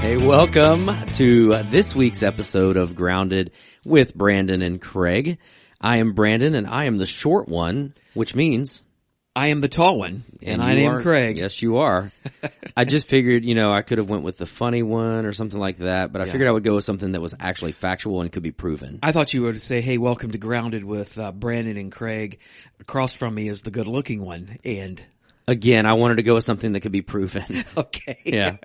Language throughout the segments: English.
Hey, welcome to this week's episode of Grounded with Brandon and Craig. I am Brandon and I am the short one, which means I am the tall one, and, I you am are- Craig. Yes, you are. I just figured, you know, I could have went with the funny one or something like that, but I figured I would go with something that was actually factual and could be proven. I thought you were to say, "Hey, welcome to Grounded with uh, Brandon and Craig." Across from me is the good-looking one, and Again, I wanted to go with something that could be proven. okay, Yeah.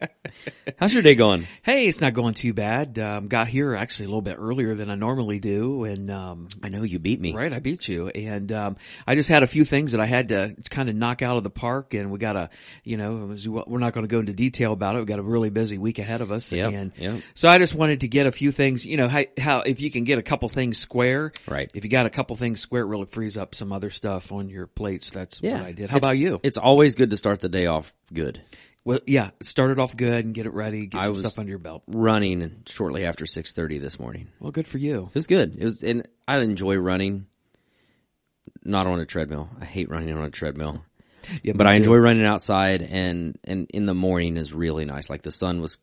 How's your day going? Hey, it's not going too bad. Um, got here actually a little bit earlier than I normally do, and um, I know you beat me. Right, I beat you, and um, I just had a few things that I had to kind of knock out of the park, and we got a, you know, it was- we're not going to go into detail about it. We got a really busy week ahead of us, Yep, and yep. so I just wanted to get a few things, you know, how, how if you can get a couple things square, Right. If you got a couple things square, it really frees up some other stuff on your plates. That's what I did. How It's- about you? It's always good to start the day off good. Well, yeah, start it off good and get it ready, get I some was- stuff under your belt. Running shortly after 6:30 this morning. Well, good for you. It was good. It was, and I enjoy running. Not on a treadmill. I hate running on a treadmill, Yeah, but I enjoy running outside and and in the morning is really nice. Like the sun was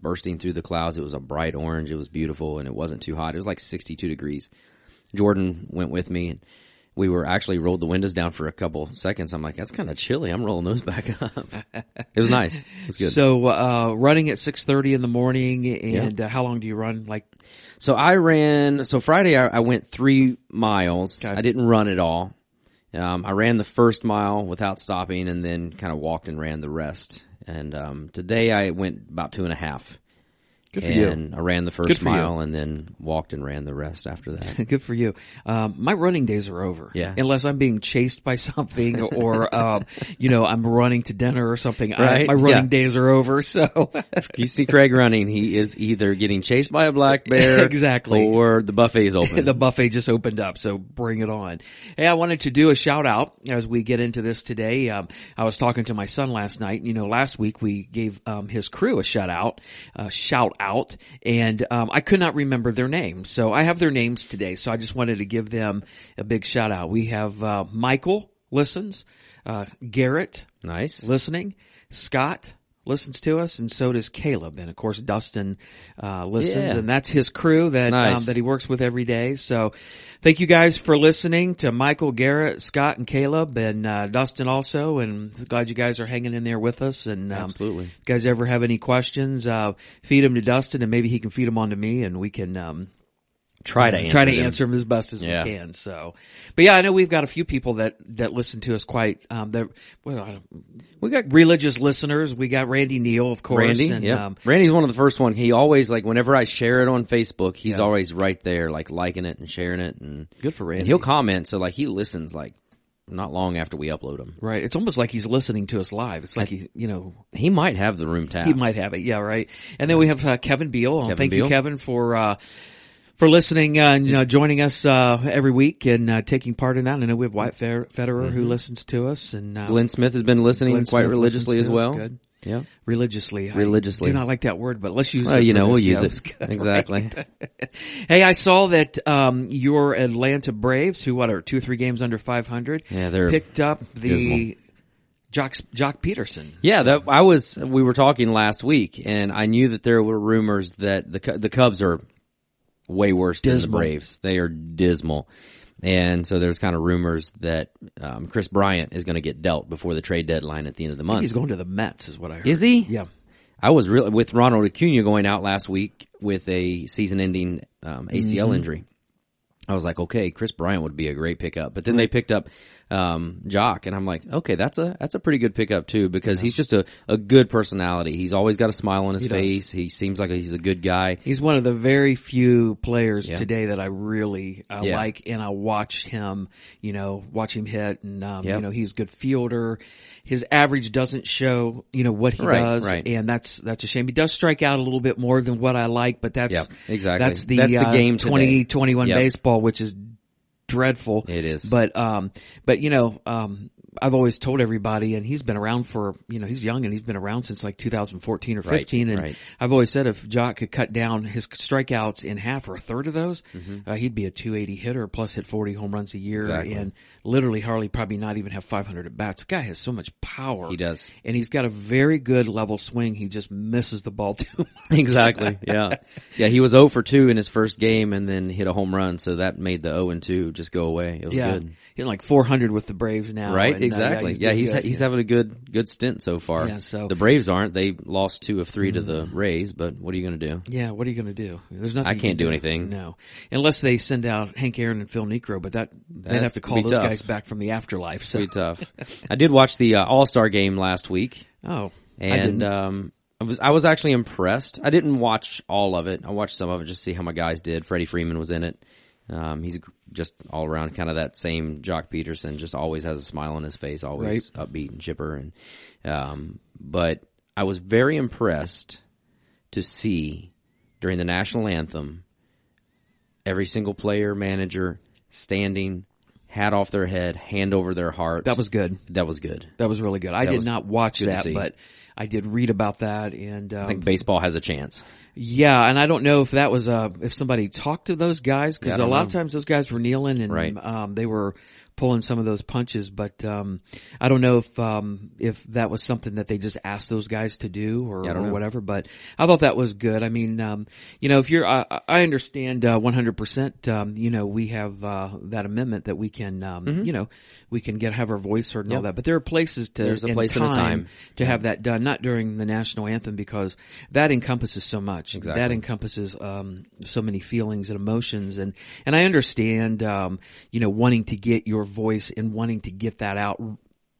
bursting through the clouds. It was a bright orange. It was beautiful and it wasn't too hot. It was like 62 degrees. Jordan went with me and we were actually rolled the windows down for a couple seconds. I'm like, that's kind of chilly. I'm rolling those back up. it was nice. It was good. So, uh, running at 6.30 in the morning and uh, how long do you run? Like So I ran. So Friday I, I went three miles. Okay. I didn't run at all. Um, I ran the first mile without stopping, and then kind of walked and ran the rest. And um, today I went about two and a half. Good for you. and I ran the first for you. mile, and then walked and ran the rest after that. Good for you. Um, my running days are over. Yeah. Unless I'm being chased by something or, um, you know, I'm running to dinner or something. I- Right? my running Yeah. days are over. So you see Craig running; he is either getting chased by a black bear, Exactly. or the buffet is open. the buffet just opened up. So bring it on. Hey, I wanted to do a shout out as we get into this today. Um, I was talking to my son last night. You know, last week we gave, um, his crew a shout out, uh, shout out and, um, I could not remember their names. So I have their names today. So I just wanted to give them a big shout out. We have, uh, Michael listens, uh, Garrett nice. listening. Scott listens to us, and so does Caleb. And of course, Dustin uh, listens, Yeah. and that's his crew that um, Nice. that he works with every day. So, thank you guys for listening to Michael, Garrett, Scott, and Caleb, and uh, Dustin also. And glad you guys are hanging in there with us. And um, Absolutely. if you guys ever have any questions, uh, feed them to Dustin, and maybe he can feed them on to me, and we can. Um, Try to answer try to them. answer them as best as Yeah. we can. So, but yeah, I know we've got a few people that that listen to us quite. Um, they're well, I don't, we got religious listeners. We got Randy Neal, of course. Randy, and, yeah. um, Randy's one of the first one. He always like whenever I share it on Facebook, he's always right there, like liking it and sharing it, and Good for and Randy. he'll comment. So like he listens like not long after we upload him. right. It's almost like he's listening to us live. It's like he, you know, He might have the room tab. he might have it. Yeah, right. And then we have uh, Kevin Beal. Uh, Kevin Thank you, Beal. Kevin, for. Uh, for listening uh, and you know, joining us uh, every week and uh, taking part in that, And I know we have White Fer- Federer who listens to us, and uh, Mm-hmm. Glenn Smith has been listening Glenn quite Smith religiously listens as to us. well. Good. Yeah. religiously. I Religiously. do not like that word, but let's use. Well, it you for know, we'll this. use Yeah, it. was good, right? exactly. Hey, I saw that um, your Atlanta Braves, who what are two or three games under five hundred, Yeah, they're picked up the Jock Jock Peterson. Yeah, that I was. We were talking last week, and I knew that there were rumors that the Cu- the Cubs are way worse than the Dismal. Braves. They are dismal, and so there's kind of rumors that um, Chris Bryant is going to get dealt before the trade deadline at the end of the month. He's going to the Mets, is what I heard. Is he? Yeah. I was really with Ronald Acuna going out last week with a season-ending um, ACL Mm-hmm. injury. I was like, okay, Chris Bryant would be a great pickup, but then they picked up um, Jock, and I'm like, okay, that's a that's a pretty good pickup too because he's just a, a good personality. He's always got a smile on his does. face. He seems like he's a good guy. He's one of the very few players today that I really uh, Yeah. like, and I watch him. You know, watch him hit, and um, Yep. you know he's a good fielder. His average doesn't show, you know, what he Right, does, right. and that's that's a shame. He does strike out a little bit more than what I like, but that's Yep, exactly. That's the That's the uh, game today. 20, 21 Yep. baseball, which is dreadful. It is. but um, but you know um. I've always told everybody, and he's been around for, you know, he's young and he's been around since like 2014 or 15. and right. I've always said if Jock could cut down his strikeouts in half or a third of those, uh, he'd be a 280 hitter plus hit 40 home runs a year Mm-hmm. Exactly. and literally hardly probably not even have 500 at bats. The guy has so much power. He does. And he's got a very good level swing. He just misses the ball too. Exactly. Yeah. Yeah. He was 0 for 2 in his first game and then hit a home run. So that made the 0 and 2 just go away. It was yeah. good. Hitting like 400 with the Braves now. Right. and, uh, exactly. yeah. doing He's, good. he's having a good, good stint so far. Yeah, so- Mm-hmm. the Braves aren't. They lost two of three to the Rays, but what are you going to do? Yeah, what are you going to do? There's nothing. I you can't can do anything. No, unless they send out Hank Aaron and Phil Negro, but that they'd have That's to gonna call be those tough. guys back from the afterlife. So, Pretty tough. I did watch the uh, All Star game last week. oh, I and didn't. um, I was I was actually impressed. I didn't watch all of it. I watched some of it just to see how my guys did. Freddie Freeman was in it. Um, he's just all around kind of that same Jock Peterson. Just always has a smile on his face, always upbeat and chipper. And um, but I was very impressed to see during the national anthem every single player, manager standing, hat off their head, hand over their heart. that was good. that was good. That was really good. I did was not watch to that, see. but I did read about that, and um, I think baseball has a chance. yeah, and I don't know if that was uh if somebody talked to those guys because a lot of times those guys were kneeling and Right. um they were pulling some of those punches, but um I don't know if um if that was something that they just asked those guys to do or, I don't or know. whatever. But I thought that was good. I mean, um you know if you're I, I- I understand uh, 100%. Um, you know we have uh, that amendment that we can um Mm-hmm. you know we can get have our voice heard and all that, but there are places to There's a and place and a time. to have that done, not during the national anthem because that encompasses so much. Exactly. That encompasses um, so many feelings and emotions, and and I understand, um, you know, wanting to get your voice and wanting to get that out,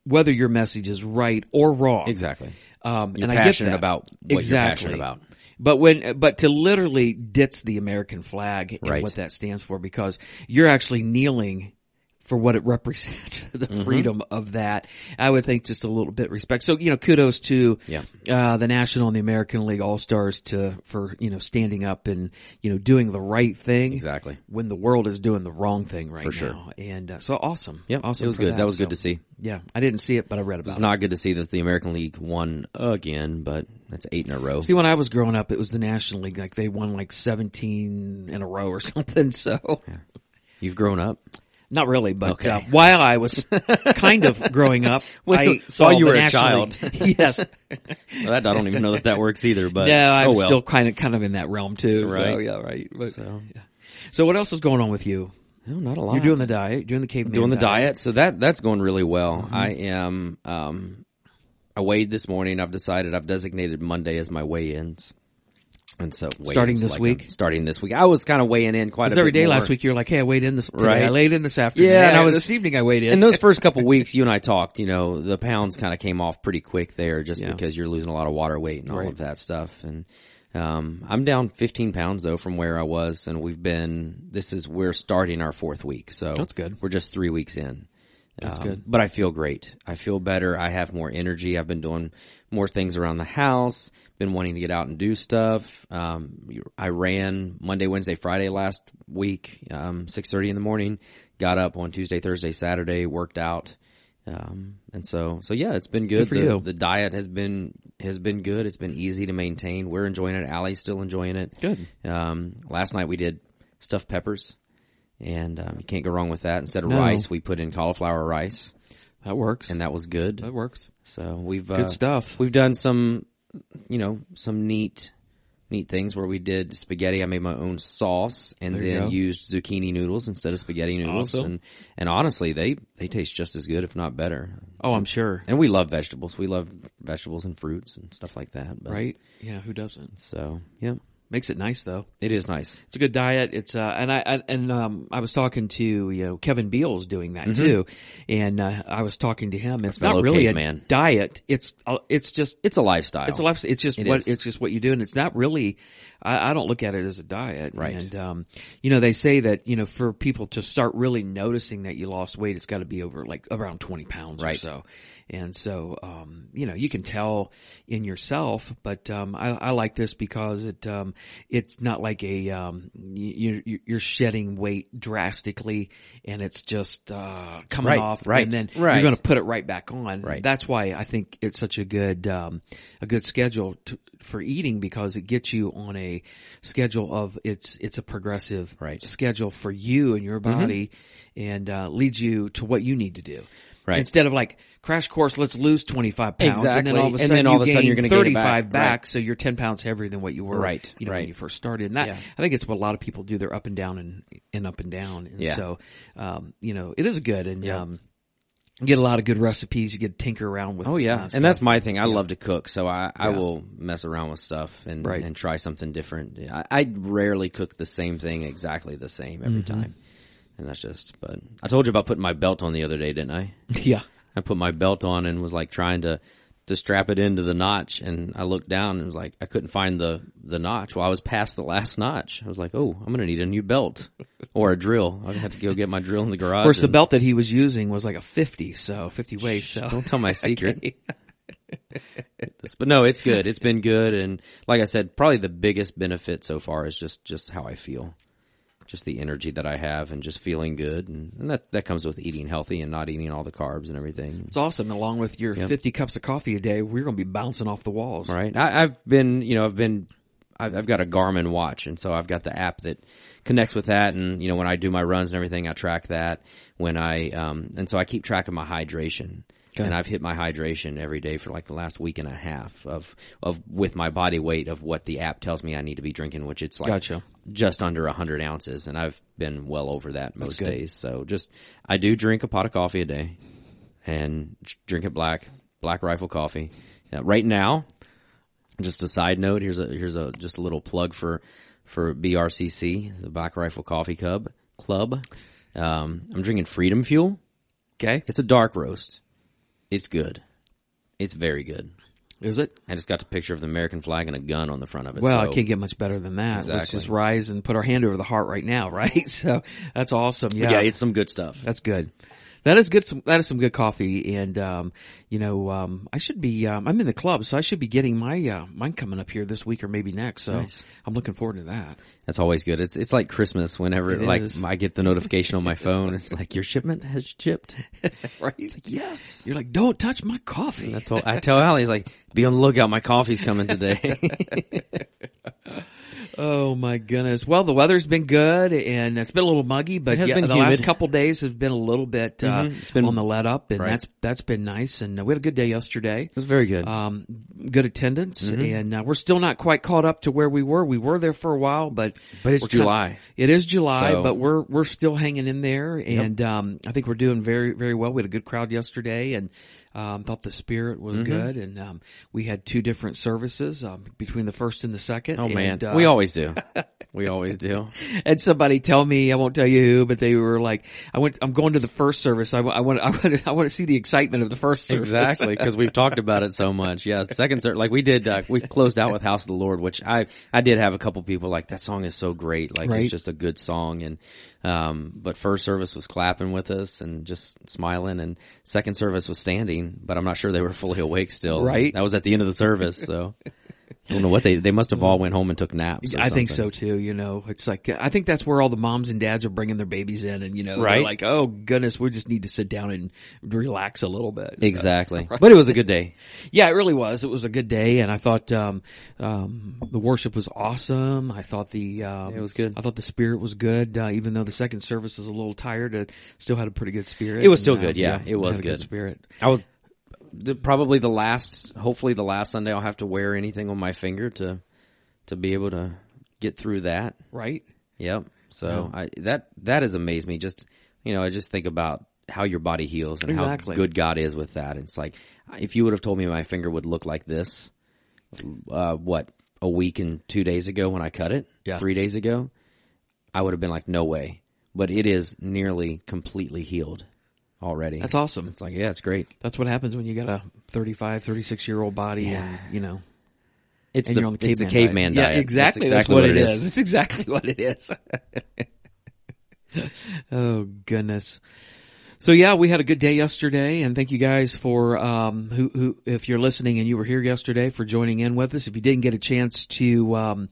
whether your message is right or wrong. Exactly. Um, You're and passionate I get that. about what exactly. you're passionate about. But when, but to literally ditch the American flag and Right. what that stands for, because you're actually kneeling for what it represents, the Mm-hmm. freedom of that. I would think just a little bit respect. So, you know, kudos to, Yeah. uh, the National and the American League All Stars to, for, you know, standing up and, you know, doing the right thing. Exactly. When the world is doing the wrong thing right For sure. now. And, uh, so awesome. Yeah, Awesome. it was for good. That, was So, good to see. Yeah. I didn't see it, but I read about It's it. not good to see that the American League won again, but that's eight in a row. See, when I was growing up, it was the National League. Like they won like 17 in a row or something. So You've grown up. not really, but Okay. uh, while I was kind of growing up, Well, I while saw you the were a National child. League. yes. Well, that, I don't even know that that works either. But No, I'm oh well. still kind of, kind of in that realm too. So, Right. yeah, right. But- So, so what else is going on with you? no, not a lot. You're doing the diet, Mm-hmm. doing the caveman doing the diet. So that that's going really well. I am. Um, I weighed this morning. I've decided I've designated Monday as my weigh-ins, and so weigh-ins, Starting this like week? I'm starting this week. I was kind of weighing in quite a Because bit every day more. last week you were like, hey, I weighed in this, today. I Right. laid in this afternoon. Yeah, and and I I was, was- this evening I weighed in. in those first couple weeks, you and I talked, you know, the pounds kind of came off pretty quick there just Yeah. because you're losing a lot of water weight and all Right. of that stuff. And, um, I'm down 15 pounds though from where I was and we've been, this is, we're starting our fourth week. So That's good. We're just three weeks in. That's good. Um, But I feel great. I feel better. I have more energy. I've been doing more things around the house, been wanting to get out and do stuff. Um, I ran Monday, Wednesday, Friday last week, um, 6.30 in the morning, got up on Tuesday, Thursday, Saturday, worked out. Um, and so, so yeah, it's been good. for the, you. the diet has been, has been good. It's been easy to maintain. We're enjoying it. Allie's still enjoying it. Good. Um, last night we did stuffed peppers and, um, you can't go wrong with that. Instead of No. rice, we put in cauliflower rice that works. and that was good. that works. So we've uh, Good stuff. We've done some, you know, some neat, neat things where we did spaghetti. I made my own sauce and you then go. used zucchini noodles instead of spaghetti noodles. Awesome. And and honestly, they they taste just as good, if not better. Oh, I'm sure. And we love vegetables. We love vegetables and fruits and stuff like that. But, Right? Yeah, who doesn't? So yeah, Makes it nice though. it is nice. It's a good diet. It's uh, and I, I and um, I was talking to you know Kevin Beals doing that too, and uh, I was talking to him. It's Mm-hmm. fellow not really a caveman. diet. It's uh, it's just It's a lifestyle. it's a lifestyle. It's just It what is. it's just what you do, and it's not really. I, I don't look at it as a diet, Right. And um, you know, they say that you know for people to start really noticing that you lost weight, it's got to be over like around twenty pounds or Right. so, And so, um, you know, you can tell in yourself, but, um, I, I like this because it, um, it's not like a, um, you, you- you're shedding weight drastically and it's just, uh, coming Right, off right, and then right. you're going to put it right back on. Right. That's why I think it's such a good, um, a good schedule to, for eating because it gets you on a schedule of it's, it's a progressive Right. Mm-hmm. schedule for you and your body and, uh, leads you to what you need to do. Right. Instead of like crash course, let's lose 25 pounds. And then Exactly. all of a And sudden, then all of a sudden you you're gain gonna gain it 35 back. back. Right. So you're 10 pounds heavier than what you were. Right. You know, when Right. you first started. And that, Yeah. I think it's what a lot of people do. They're up and down and, and up and down. And Yeah. so, um, you know, it is good. And, Yeah. um, you get a lot of good recipes. You get to tinker around with. Oh yeah, uh, and stuff. that's my thing. I love to cook, so I, I Yeah. will mess around with stuff and Right. and try something different. I, I rarely cook the same thing exactly the same every Mm-hmm. time, and that's just. But I told you about putting my belt on the other day, didn't I? yeah. I put my belt on and was like trying to to strap it into the notch, and I looked down and was like I couldn't find the the notch. Well, I was past the last notch. I was like, oh, I'm gonna need a new belt or a drill. I'm gonna have to go get my drill in the garage. Of course, the and- belt that he was using was like a 50, so 50 waist. So Don't tell my secret. but no, it's good. It's been good, and like I said, probably the biggest benefit so far is just just how I feel, just the energy that I have, and just feeling good, and, and that that comes with eating healthy and not eating all the carbs and everything. it's awesome. Along with your 50 cups of coffee a day, we're going to be bouncing off the walls. Right? I, I've been, you know, I've been. I've I've got a Garmin watch, and so I've got the app that connects with that. And you know, when I do my runs and everything, I track that. When I um, and so I keep track of my hydration, and I've hit my hydration every day for like the last week and a half of of with my body weight of what the app tells me I need to be drinking, which it's like Gotcha. just under hundred ounces, and I've been well over that most days. So just I do drink a pot of coffee a day, and j- drink it black, Black Rifle coffee. Now, right now, just a side note here's a here's a just a little plug for for brcc the black rifle coffee cub club um i'm drinking freedom fuel Okay. it's a dark roast it's good it's very good Is it? i just got the picture of the american flag and a gun on the front of it Well, so- it can't get much better than that. Let's Exactly. just rise and put our hand over the heart right now, right? So that's awesome. Yeah. yeah it's some good stuff That's good. That is good. Some, that is some good coffee. And, um, you know, um, I should be, um, I'm in the club, so I should be getting my, uh, mine coming up here this week or maybe next. So I'm looking forward to that. That's always good. It's it's like Christmas whenever It like is. I get the notification on my phone. It's like your shipment has shipped. Right. Yes. You're like, don't touch my coffee. I tell, I tell Allie, he's like, be on the lookout. My coffee's coming today. Oh my goodness! Well, the weather's been good, and it's been a little muggy, but has yeah, been the humid. last couple days has been a little bit uh, Mhm. It's been- on the let up, and Right. that's that's been nice. And uh, we had a good day yesterday. It was very good. Um, good attendance, Mm-hmm. and uh, we're still not quite caught up to where we were. We were there for a while, but But it's we're kinda- July. it is July, So- but we're we're still hanging in there, and um, I think we're doing very very well. We had a good crowd yesterday, and um, thought the spirit was Mm-hmm. good, and um, we had two different services um, between the first and the second. Oh and, man, uh, we always do. We always do. and somebody tell me, I won't tell you who, but they were like, I went, I'm going to the first service. I, wa- I want, I want, to, I want to see the excitement of the first service. Exactly, because we've talked about it so much. Yeah, second serve, like we did. Uh, we closed out with House of the Lord, which I I did have a couple people like that song is so great. Like Right. it's just a good song, and um, but first service was clapping with us and just smiling, and second service was standing, but I'm not sure they were fully awake still. Right. that was at the end of the service, so I don't know what they they must have all went home and took naps. or I think so something. too. You know, it's like I think that's where all the moms and dads are bringing their babies in, and you know, they're Right. Like, oh goodness, we just need to sit down and relax a little bit. Exactly, but it was a good day. Yeah, it really was. It was a good day, and I thought um, um, the worship was awesome. I thought the um, It was good. I thought the spirit was good, uh, even though the second service is a little tired. It still had a pretty good spirit. It was still uh, good, yeah, it was had a good. spirit. I was the, probably the last, hopefully the last Sunday I'll have to wear anything on my finger to to be able to get through that. right? Yep. So I that that has amazed me. Just you know, I just think about how your body heals and Exactly. how good God is with that. It's like if you would have told me my finger would look like this, uh, what a week and two days ago when I cut it, Yeah. three days ago, I would have been like, no way. But it is nearly completely healed already. That's awesome. It's like yeah, it's great. That's what happens when you got a 35, 36 year old body and, you know, It's and the, you're on the it's caveman, the caveman diet. Yeah, exactly. That's, what, it is. It's exactly what it is. oh, goodness. So yeah, we had a good day yesterday, and thank you guys for um, who, who if you're listening and you were here yesterday for joining in with us. If you didn't get a chance to um,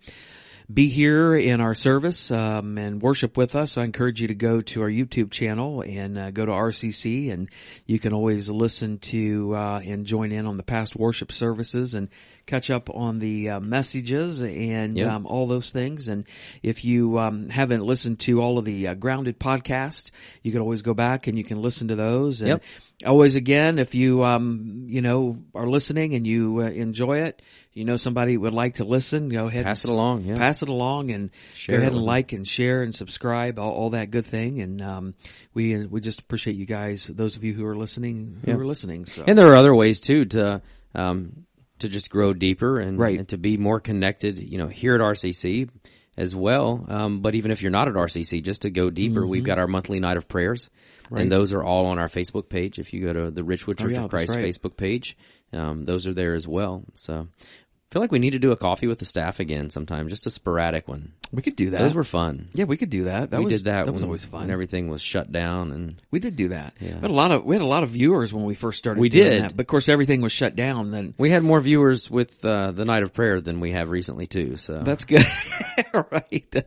be here in our service um, and worship with us, I encourage you to go to our YouTube channel and uh, go to RCC, and you can always listen to uh, and join in on the past worship services and catch up on the uh, messages and Yeah. um, all those things. And if you um, haven't listened to all of the uh, Grounded podcast, you can always go back and you can listen to those. And Yep. Always again, if you um, you know are listening and you uh, enjoy it, you know somebody would like to listen, go ahead Pass it and along. Yeah. pass it along and Share go ahead it and with like and share and subscribe, all, all that good thing. And um, we we just appreciate you guys, those of you who are listening, who Yeah. are listening. So And there are other ways too to um, to just grow deeper and, Right. and to be more connected. You know, here at RCC as well. Um, but even if you're not at RCC, just to go deeper, Mm-hmm. we've got our monthly night of prayers, and those are all on our Facebook page. If you go to the Richwood Church Oh, yeah, of that's Christ right. Facebook page, um, those are there as well. So. I feel like we need to do a coffee with the staff again sometime, just a sporadic one. we could do that. Those were fun. yeah, we could do that. That we was, did that. That was when- always fun. When everything was shut down, and we did do that. Yeah. We had a lot of we had a lot of viewers when we first started. We doing did. that. but of course everything was shut down. Then we had more viewers with uh, the night of prayer than we have recently too. So that's good, right?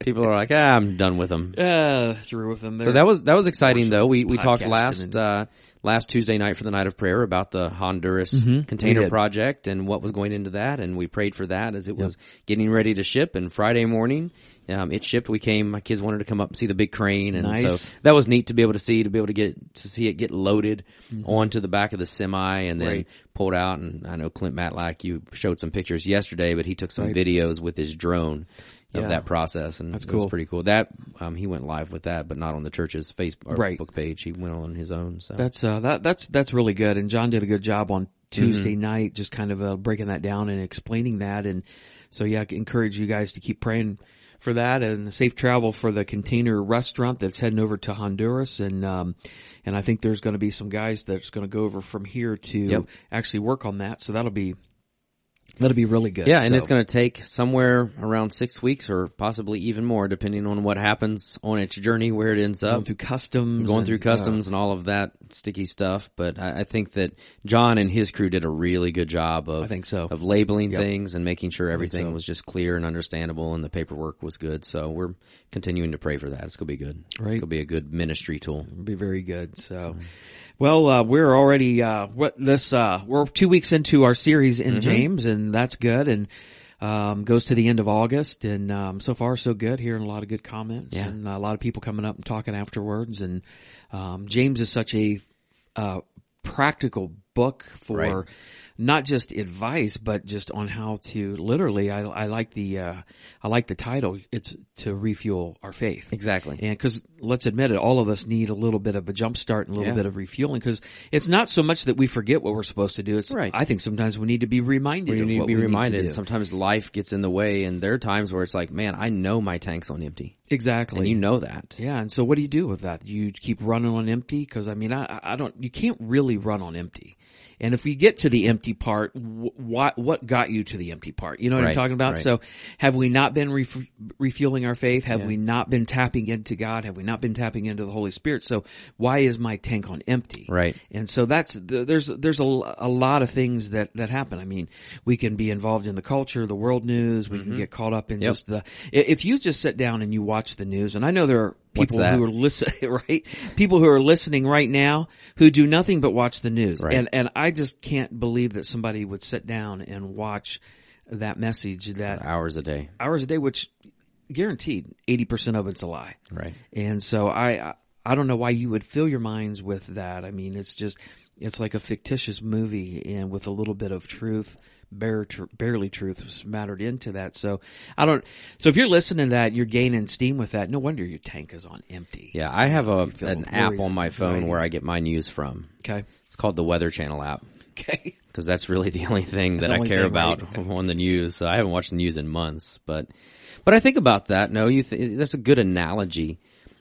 people are like, ah, I'm done with them. Uh, through with them there. So that was that was exciting though. We we talked podcasting and- last uh, last Tuesday night for the night of prayer about the Honduras Mm-hmm. we container did. project and what was going into that, and we prayed for that as it was getting ready to ship. And Friday morning, um, it shipped. We came. My kids wanted to come up and see the big crane, and Nice. so that was neat to be able to see to be able to get to see it get loaded onto the back of the semi and then Mm-hmm. Right. pulled out. And I know Clint Matlack, you showed some pictures yesterday, but he took some videos with his drone. Of Yeah. that process, and that's cool. was pretty cool. That um, he went live with that, but not on the church's Facebook Right. book page. He went on his own. So That's uh, that that's that's really good. And John did a good job on Tuesday Mm-hmm. night, just kind of uh, breaking that down and explaining that. And so, yeah, I encourage you guys to keep praying for that and safe travel for the container restaurant that's heading over to Honduras. And um, and I think there's going to be some guys that's going to go over from here to actually work on that. So that'll be that'll be really good. yeah, and So- it's going to take somewhere around six weeks, or possibly even more, depending on what happens on its journey, where it ends up. going through customs, going and- uh, through customs and all of that sticky stuff. But I, I think that John and his crew did a really good job of I think so. of labeling things and making sure everything was just clear and understandable, and the paperwork was good. So we're continuing to pray for that. It's going to be good. Right. It's going to be a good ministry tool. be very good. So, well, uh, we're already uh, what this uh, we're two weeks into our series Mm-hmm. in James, and that's good. And um, goes to the end of August, and um, so far so good. Hearing a lot of good comments, Yeah. and a lot of people coming up and talking afterwards. And um, James is such a uh, practical book for Right. not just advice, but just on how to literally. I, I like the uh, I like the title. It's to refuel our faith. Exactly. And because let's admit it, all of us need a little bit of a jump start and a little Yeah. bit of refueling. Because it's not so much that we forget what we're supposed to do. It's Right. I think sometimes we need to be reminded. You of need to what be we need reminded. do. Sometimes life gets in the way, and there are times where it's like, man, I know my tank's on empty, exactly. and you know that. yeah, and so what do you do with that? You keep running on empty because I mean, I, I don't. You can't really run on empty. And if we get to the empty part, wh- what what got you to the empty part? You know what I'm Right, talking about. right. So, have we not been ref- refueling our faith? Have we not been tapping into God? Have we not been tapping into the Holy Spirit? So, why is my tank on empty? Right. And so that's th- there's there's a, l- a lot of things that that happen. I mean, we can be involved in the culture, the world news. We Mm-hmm. can get caught up in just the. i- If you just sit down and you watch the news, and I know there are What's people that? who are listening, right? People who are listening right now who do nothing but watch the news, Right. and and I just can't believe that somebody would sit down and watch that message that Hours a day. hours a day, which guaranteed eighty percent of it's a lie. Right. And so I, I I don't know why you would fill your minds with that. I mean, it's just it's like a fictitious movie and with a little bit of truth, bare tr- barely truth smattered into that. So I don't. So if you're listening to that, you're gaining steam with that. No wonder your tank is on empty. Yeah, I have a an app worries on my and phone where I get my news from. Okay. It's called the Weather Channel app Okay. because that's really the only thing that I only care thing, about on the news. So I haven't watched the news in months, but but I think about that. No, you th- that's a good analogy.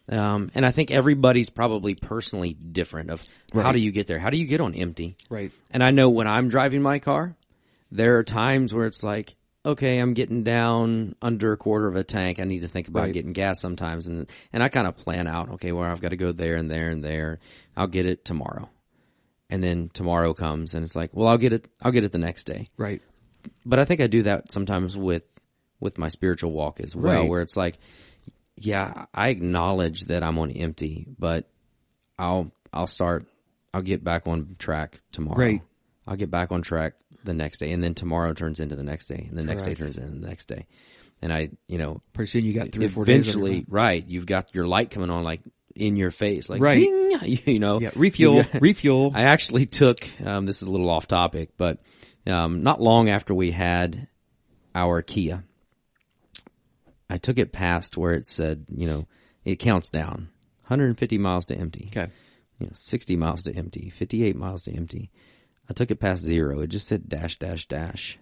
Um, and I think everybody's probably personally different of how do you get there? How do you get on empty? Right. And I know when I'm driving my car, there are times where it's like, okay, I'm getting down under a quarter of a tank. I need to think about Right. getting gas sometimes. And, and I kind of plan out, okay, well, I've got to go there and there and there. I'll get it tomorrow. And then tomorrow comes and it's like, well, I'll get it, I'll get it the next day. Right. But I think I do that sometimes with, with my spiritual walk as well, Right. where it's like, yeah, I acknowledge that I'm on empty, but I'll, I'll start, I'll get back on track tomorrow. Right. I'll get back on track the next day. And then tomorrow turns into the next day and the next Correct. day turns into the next day. And I, you know, Pretty soon you got three or four days. on your eventually, back. right, you've got your light coming on like in your face, like, Right. ding, you know, Yeah. Refuel. You got- refuel. I actually took, um, this is a little off topic, but, um, not long after we had our Kia, I took it past where it said, you know, it counts down 150 miles to empty okay. you know, 60 miles to empty, 58 miles to empty. I took it past zero. It just said dash, dash, dash.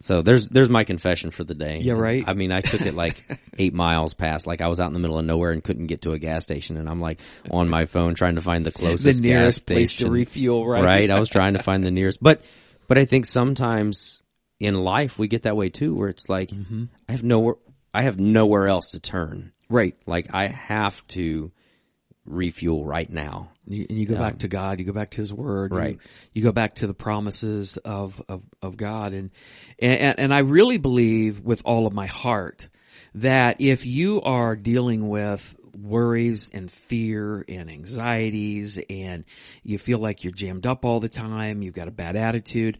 so there's, there's my confession for the day. Yeah, right. I mean, I took it like eight miles past, like I was out in the middle of nowhere and couldn't get to a gas station. And I'm like on my phone trying to find the The closest gas nearest place to station. refuel. Right. Right. I was trying to find the nearest, but, but I think sometimes in life we get that way too, where it's like, Mm-hmm. I have nowhere, I have nowhere else to turn. Right. Like I have to refuel right now. You, and you go back to God, you go back to His Word, you- Right. You, go back to the promises of of, of God, and, and and I really believe with all of my heart that if you are dealing with worries and fear and anxieties, and you feel like you're jammed up all the time, you've got a bad attitude,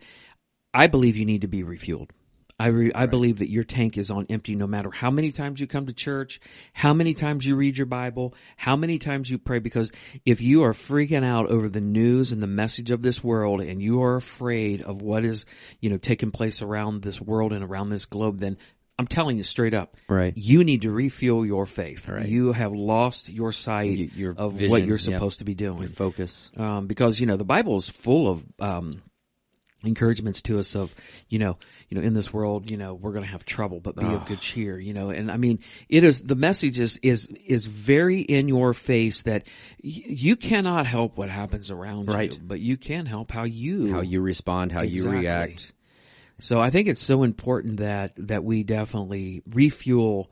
I believe you need to be refueled. I, re- I believe that your tank is on empty no matter how many times you come to church, how many times you read your Bible, how many times you pray, because if you are freaking out over the news and the message of this world and you are afraid of what is, you know, taking place around this world and around this globe, then I'm telling you straight up, Right. you need to refuel your faith. You have lost your sight Y- your of what vision, you're yeah. supposed to be doing Focus. um, because you know the Bible is full of um, encouragements to us of you know you know in this world you know we're going to have trouble but be Ah. of good cheer you know and I mean it is the message is is is very in your face that y- you cannot help what happens around Right. you but you can help how you How you respond, how Exactly. you react. so I think it's so important that that we definitely refuel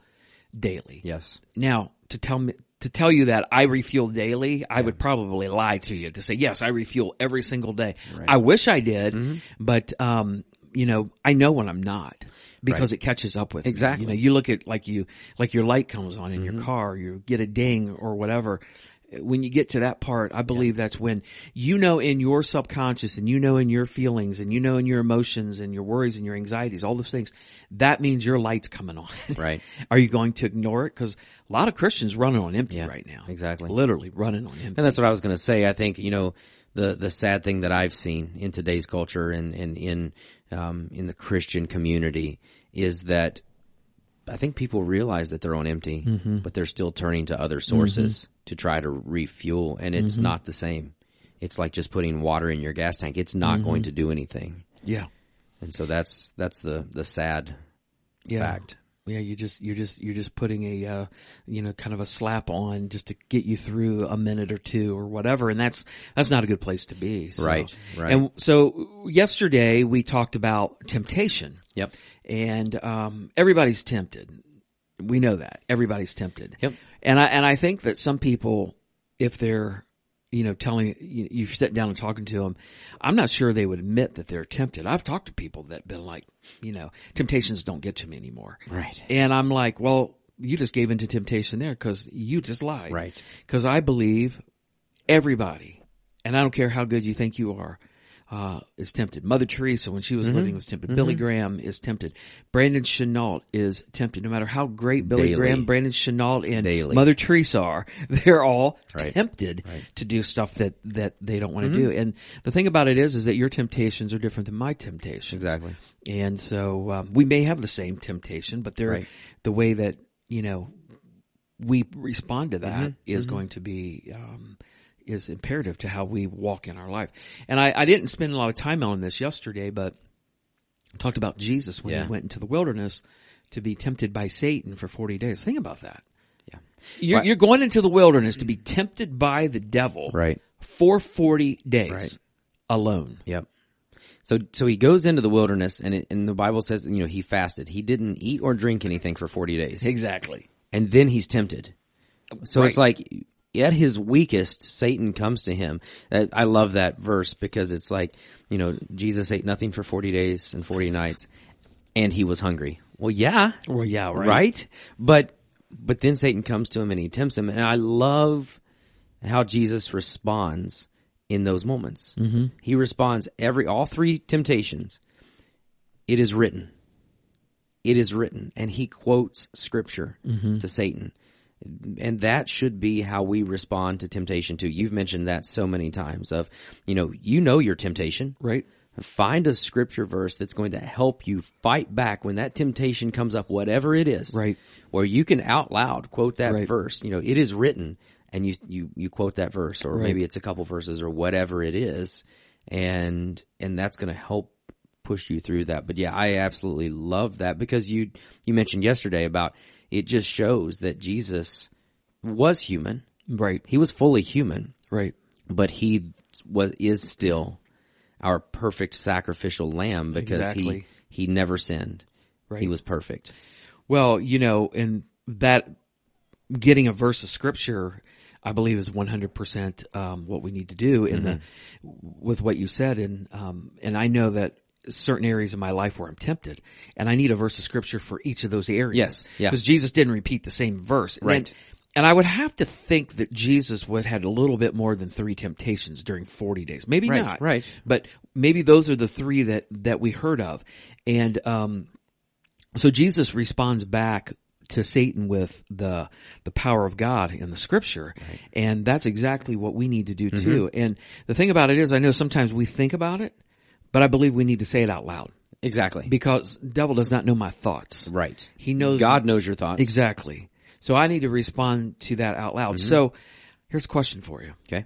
daily Yes. now to tell me to tell you that I refuel daily, I would probably lie to you to say yes, I refuel every single day. I wish I did, but um, you know, I know when I'm not because it catches up with me. Exactly. You know, you look at like you like your light comes on in your car, you get a ding or whatever. When you get to that part, I believe that's when you know in your subconscious and you know in your feelings and you know in your emotions and your worries and your anxieties, all those things, that means your light's coming on. Right. Are you going to ignore it? Because a lot of Christians running on empty Yeah, right now. exactly. Literally running on empty. And that's what I was going to say. I think, you know, the, the sad thing that I've seen in today's culture and, and in, um, in the Christian community is that I think people realize that they're on empty, but they're still turning to other sources to try to refuel. And it's not the same. It's like just putting water in your gas tank. It's not going to do anything. Yeah. And so that's, that's the, the sad Yeah. fact. Yeah. You just, you're just, you're just putting a, uh, you know, kind of a slap on just to get you through a minute or two or whatever. And that's, that's not a good place to be. So- Right, right. And so yesterday we talked about temptation. Yep. and um, everybody's tempted. We know that everybody's tempted. Yep. And I and I think that some people, if they're you know telling you, you sit down and talking to them, I'm not sure they would admit that they're tempted. I've talked to people that been like, you know, temptations don't get to me anymore. Right. And I'm like, well, you just gave into temptation there because you just lied. Right. Because I believe everybody, and I don't care how good you think you are, uh, is tempted. Mother Teresa, when she was Mm-hmm. living, was tempted. Billy Graham is tempted. Brandon Chenault is tempted. No matter how great Billy Daily. Graham, Brandon Chenault, and Daily. Mother Teresa are, they're all Right. Mm-hmm. tempted to do stuff that, that they don't want to do. And the thing about it is, is that your temptations are different than my temptations. Exactly. And so um, we may have the same temptation, but they're Right. the way that you know we respond to that is going to be um, is imperative to how we walk in our life. And I, I didn't spend a lot of time on this yesterday, but I talked about Jesus when Yeah. he went into the wilderness to be tempted by Satan for forty days. Think about that. Yeah. You're, Right. you're going into the wilderness to be tempted by the devil Right. for forty days Right. alone. Yep. So, so he goes into the wilderness and it, and the Bible says, you know, he fasted. He didn't eat or drink anything for 40 days. Exactly. and then he's tempted. So it's like at his weakest, Satan comes to him. Uh, I love that verse because it's like, you know, Jesus ate nothing for 40 days and 40 nights and he was hungry. Well, yeah, Well, yeah, right. right? But, but then Satan comes to him and he tempts him. And I love how Jesus responds in those moments. Mm-hmm. He responds every, all three temptations. It is written it is written and he quotes scripture to satan and that should be how we respond to temptation too you've mentioned that so many times of you know you know your temptation Right. find a scripture verse that's going to help you fight back when that temptation comes up whatever it is Right. where you can out loud quote that Right. verse you know it is written and you you you quote that verse or maybe it's a couple verses or whatever it is and and that's going to help push you through that but yeah i absolutely love that because you you mentioned yesterday about it just shows that jesus was human Right. he was fully human Right. but he was is still our perfect sacrificial lamb because Exactly. he he never sinned. Right. He was perfect. Well, you know, and that getting a verse of scripture, I believe, is one hundred percent um, what we need to do in the Mm-hmm. with what you said, and um, and I know that certain areas of my life where I'm tempted, and I need a verse of scripture for each of those areas. Yes, yeah. because Jesus didn't repeat the same verse, And- Right. And I would have to think that Jesus would had a little bit more than three temptations during forty days, maybe Right, not, right. But maybe those are the three that that we heard of, and um, so Jesus responds back to Satan with the the power of God in the scripture. And that's exactly what we need to do too. Mm-hmm. And the thing about it is I know sometimes we think about it, but I believe we need to say it out loud Exactly. because devil does not know my thoughts. right. He knows God knows your thoughts. exactly. So I need to respond to that out loud. Mm-hmm. So here's a question for you. okay.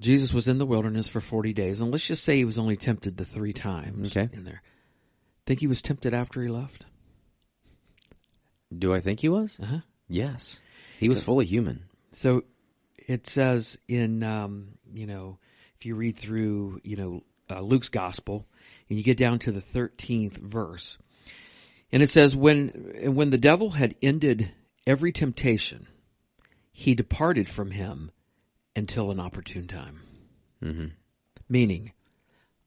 Jesus was in the wilderness for 40 days and let's just say he was only tempted the 3 times Okay. in there. Think he was tempted after he left? Do I think he was? Uh-huh. Yes. He was fully human. So it says in, um, you know, if you read through, you know, uh, Luke's gospel and you get down to the 13th verse and it says, when, and when the devil had ended every temptation, he departed from him until an opportune time. Mm-hmm. Meaning,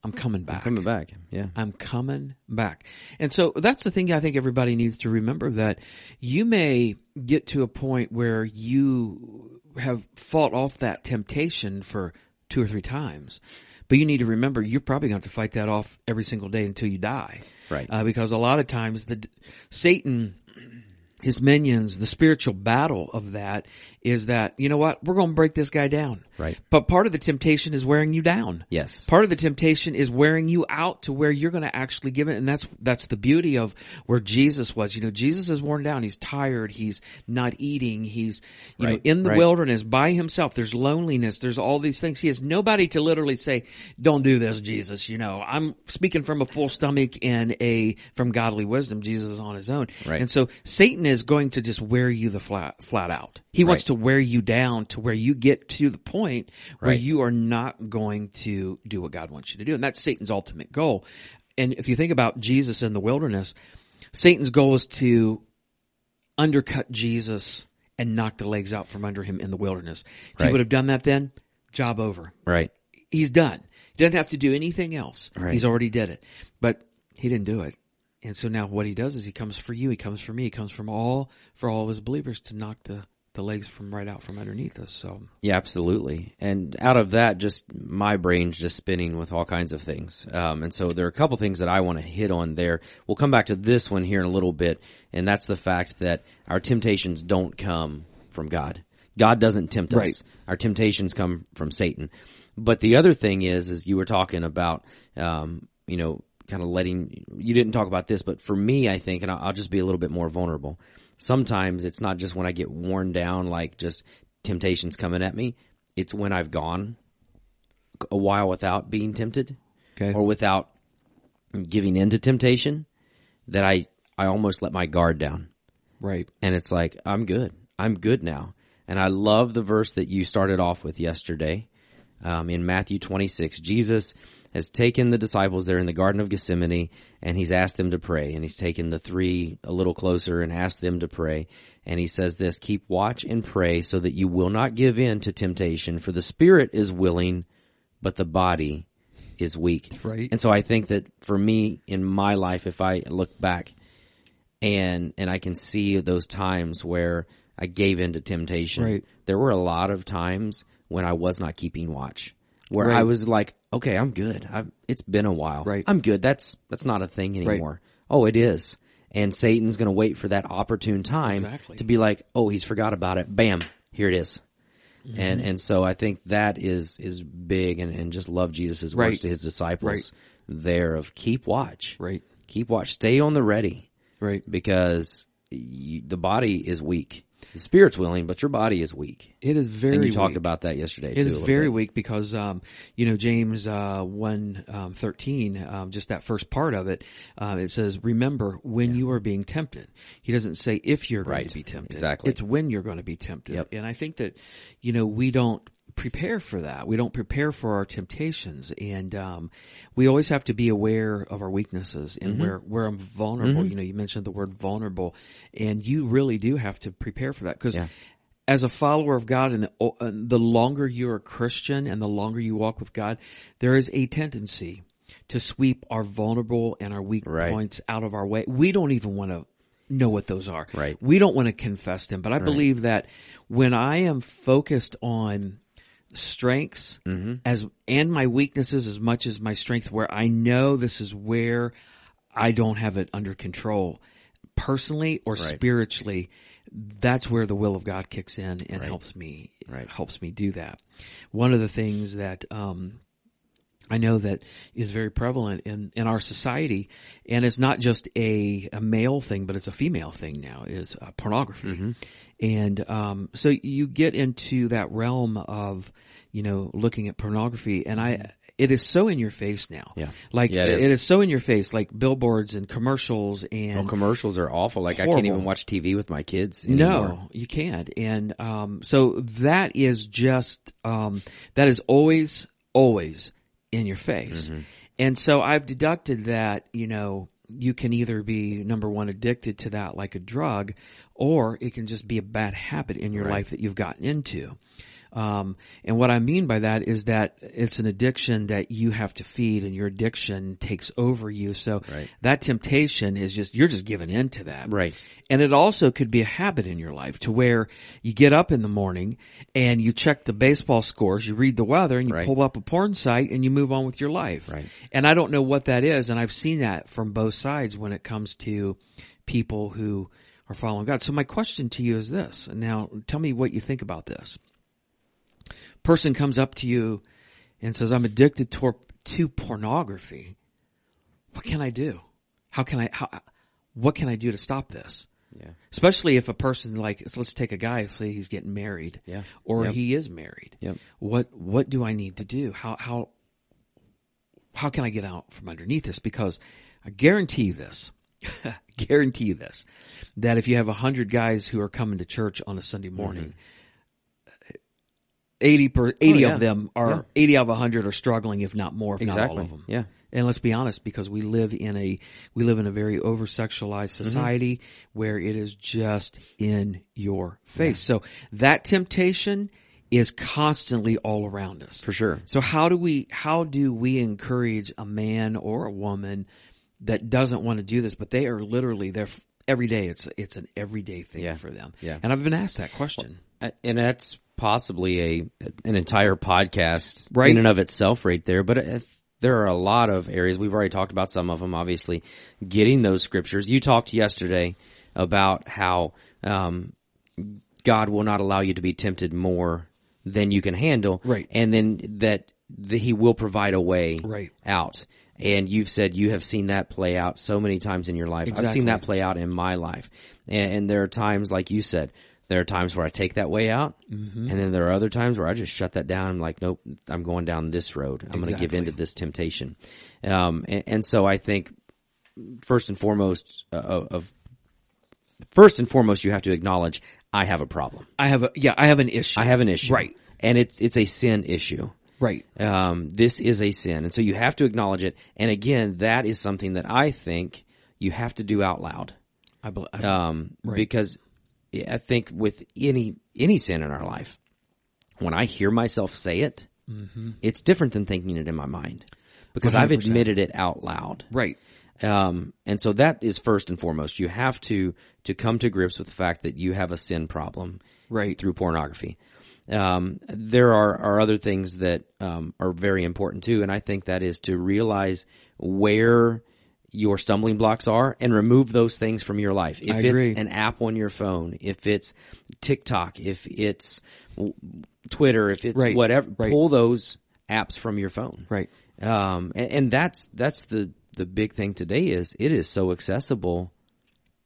I'm coming back. Coming back. Yeah. I'm coming back. And so that's the thing I think everybody needs to remember that you may get to a point where you have fought off that temptation for two or three times, but you need to remember you're probably going to have to fight that off every single day until you die. Right. Uh, because a lot of times the d- Satan his minions, the spiritual battle of that is that, you know what, we're going to break this guy down. Right. But part of the temptation is wearing you down. Yes. Part of the temptation is wearing you out to where you're going to actually give it. And that's, that's the beauty of where Jesus was. You know, Jesus is worn down. He's tired. He's not eating. He's, you know, Right, in the right. wilderness by himself. There's loneliness. There's all these things. He has nobody to literally say, don't do this, Jesus. You know, I'm speaking from a full stomach and a, from godly wisdom. Jesus is on his own. Right. And so Satan is going to just wear you the flat, flat out. He wants Right. to wear you down to where you get to the point where Right. you are not going to do what God wants you to do. And that's Satan's ultimate goal. And if you think about Jesus in the wilderness, Satan's goal is to undercut Jesus and knock the legs out from under him in the wilderness. If he Right. would have done that then, job over Right. he's done. He doesn't have to do anything else. Right. He's already did it. But he didn't do it. And so now what he does is he comes for you, he comes for me, he comes from all for all of his believers to knock the, the legs from right out from underneath us. So Yeah, absolutely. And out of that, just my brain's just spinning with all kinds of things. Um, and so there are a couple things that I want to hit on there. We'll come back to this one here in a little bit. And that's the fact that our temptations don't come from God. God doesn't tempt Right. us. Our temptations come from Satan. But the other thing is, is you were talking about, um, you know, kind of letting, you didn't talk about this, but for me, I think, and I'll, I'll just be a little bit more vulnerable. Sometimes it's not just when I get worn down, like just temptations coming at me. It's when I've gone a while without being tempted Okay. or without giving in to temptation that I, I almost let my guard down Right. and it's like I'm good. I'm good now. And I love the verse that you started off with yesterday um, in Matthew 26. Jesus has taken the disciples there in the Garden of Gethsemane and he's asked them to pray. And he's taken the three a little closer and asked them to pray. And he says this, keep watch and pray so that you will not give in to temptation for the spirit is willing, but the body is weak. Right. And so I think that for me in my life, if I look back and, and I can see those times where I gave in to temptation, Right. there were a lot of times when I was not keeping watch where I Right. was like, okay, I'm good. I've, it's been a while. Right. I'm good. That's, that's not a thing anymore. Oh, it is. And Satan's going to wait for that opportune time Exactly. to be like, oh, he's forgot about it. Bam. Here it is. Mm-hmm. And, and so I think that is, is big and, and just love Jesus' words Right. to his disciples Right. there of keep watch. Right. Keep watch. Stay on the ready Right. because you, the body is weak. The spirit's willing, but your body is weak. It is very. And you talked weak. about that yesterday It too. is a little very bit. weak because, um, you know, James uh, 1 um, 13, um, just that first part of it, uh, it says, Remember when you are being tempted. He doesn't say if you're going Right. to be tempted. Exactly. It's when you're going to be tempted. Yep. And I think that, you know, we don't prepare for that. We don't prepare for our temptations. And um, we always have to be aware of our weaknesses Mm-hmm. and where, where I'm vulnerable. You know, you mentioned the word vulnerable. And you really do have to prepare for that because Yeah. as a follower of God and the, and the longer you're a Christian and the longer you walk with God, there is a tendency to sweep our vulnerable and our weak Right. points out of our way. We don't even want to know what those are. Right. We don't want to confess them. But I believe that when I am focused on strengths Mm-hmm. as and my weaknesses as much as my strengths where I know this is where I don't have it under control personally or spiritually that's where the will of God kicks in and helps me Right. helps me do that one of the things that um I know that is very prevalent in, in our society, and it's not just a, a male thing, but it's a female thing now. Is uh, pornography, Mm-hmm. and um, so you get into that realm of you know looking at pornography, and I it is so in your face now. Mm-hmm. Yeah. like Yeah, it it is. is so in your face, like billboards and commercials and Well, Oh, commercials are awful. Like I can't Horrible. even watch TV with my kids. Anymore. no, you can't. And um, so that is just um, that is always, always in your face. Mm-hmm. And so I've deducted that you know you can either be number one addicted to that like a drug, or it can just be a bad habit in your life that you've gotten into. Um, and what I mean by that is that it's an addiction that you have to feed and your addiction takes over you. So that temptation is just, you're just giving in to that. Right. And it also could be a habit in your life to where you get up in the morning and you check the baseball scores, you read the weather and you Right. pull up a porn site and you move on with your life. Right. And I don't know what that is. And I've seen that from both sides when it comes to people who are following God. So my question to you is this. And now tell me what you think about this. Person comes up to you and says, I'm addicted to, to pornography. What can I do? How can I, how, what can I do to stop this? Yeah. Especially if a person like, so let's take a guy, say he's getting married. Yeah. Or Yep. he is married. Yep. What, what do I need to do? How, how, how can I get out from underneath this? Because I guarantee you this, guarantee you this, that if you have a hundred guys who are coming to church on a Sunday Mm-hmm. morning, 80 per, 80 Oh, yeah. of them are, 80 out of 100 are struggling, if not more, if not all Exactly. of them. Yeah. And let's be honest, because we live in a we live in a very over sexualized Mm-hmm. society where it is just in your face. So that temptation is constantly all around us. For sure. So how do we how do we encourage a man or a woman that doesn't want to do this, but they are literally there f- every day? It's it's an everyday thing Yeah. for them. Yeah. And I've been asked that question. A- uh, And that's possibly a an entire podcast Right. in and of itself right there. But if there are a lot of areas. We've already talked about some of them, obviously. Getting those scriptures. You talked yesterday about how um, God will not allow you to be tempted more than you can handle. Right. And then that, that he will provide a way Right. out. And you've said you have seen that play out so many times in your life. I've seen Exactly. that play out in my life. And, and there are times, like you said, there are times where I take that way out. Mm-hmm. And then there are other times where I just shut that down. I'm like, nope, I'm going down this road. I'm going to give in to this temptation. Um, and, and so I think first and foremost uh, of, of first and foremost, you have to acknowledge I have a problem. I have a yeah, I have an issue. I have an issue. Right. And it's, it's a sin issue. Right. Um, this is a sin. And so you have to acknowledge it. And again, that is something that I think you have to do out loud. I believe. Um, because I think with any, any sin in our life, when I hear myself say it, it's different than thinking it in my mind because i have 100%. admitted it out loud. right. Um, and so that is first and foremost. You have to to come to grips with the fact that you have a sin problem Right. through pornography. Um, there are, are other things that um, are very important too, and I think that is to realize where your stumbling blocks are and remove those things from your life. If I it's agree. an app on your phone, if it's TikTok, if it's w- Twitter, if it's Right, whatever, right. pull those apps from your phone. Right. Um, and, and that's that's the the big thing today is it is so accessible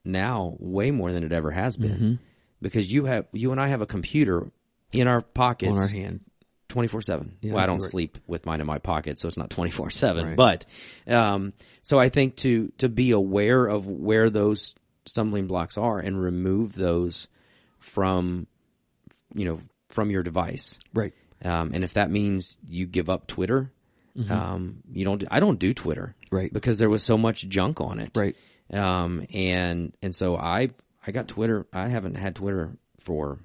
now way more than it ever has been Mm-hmm. because you have you and I have a computer in our On our pockets hand. twenty four seven. Well, I don't you're right. sleep with mine in my pocket, so it's not twenty four seven. Right. But um, so I think to to be aware of where those stumbling blocks are and remove those from you know from your device. Right. Um, and if that means you give up Twitter, Mm-hmm. um, you don't. Do, I don't do Twitter, Right. Because there was so much junk on it, Right. Um, and and so I I got Twitter. I haven't had Twitter for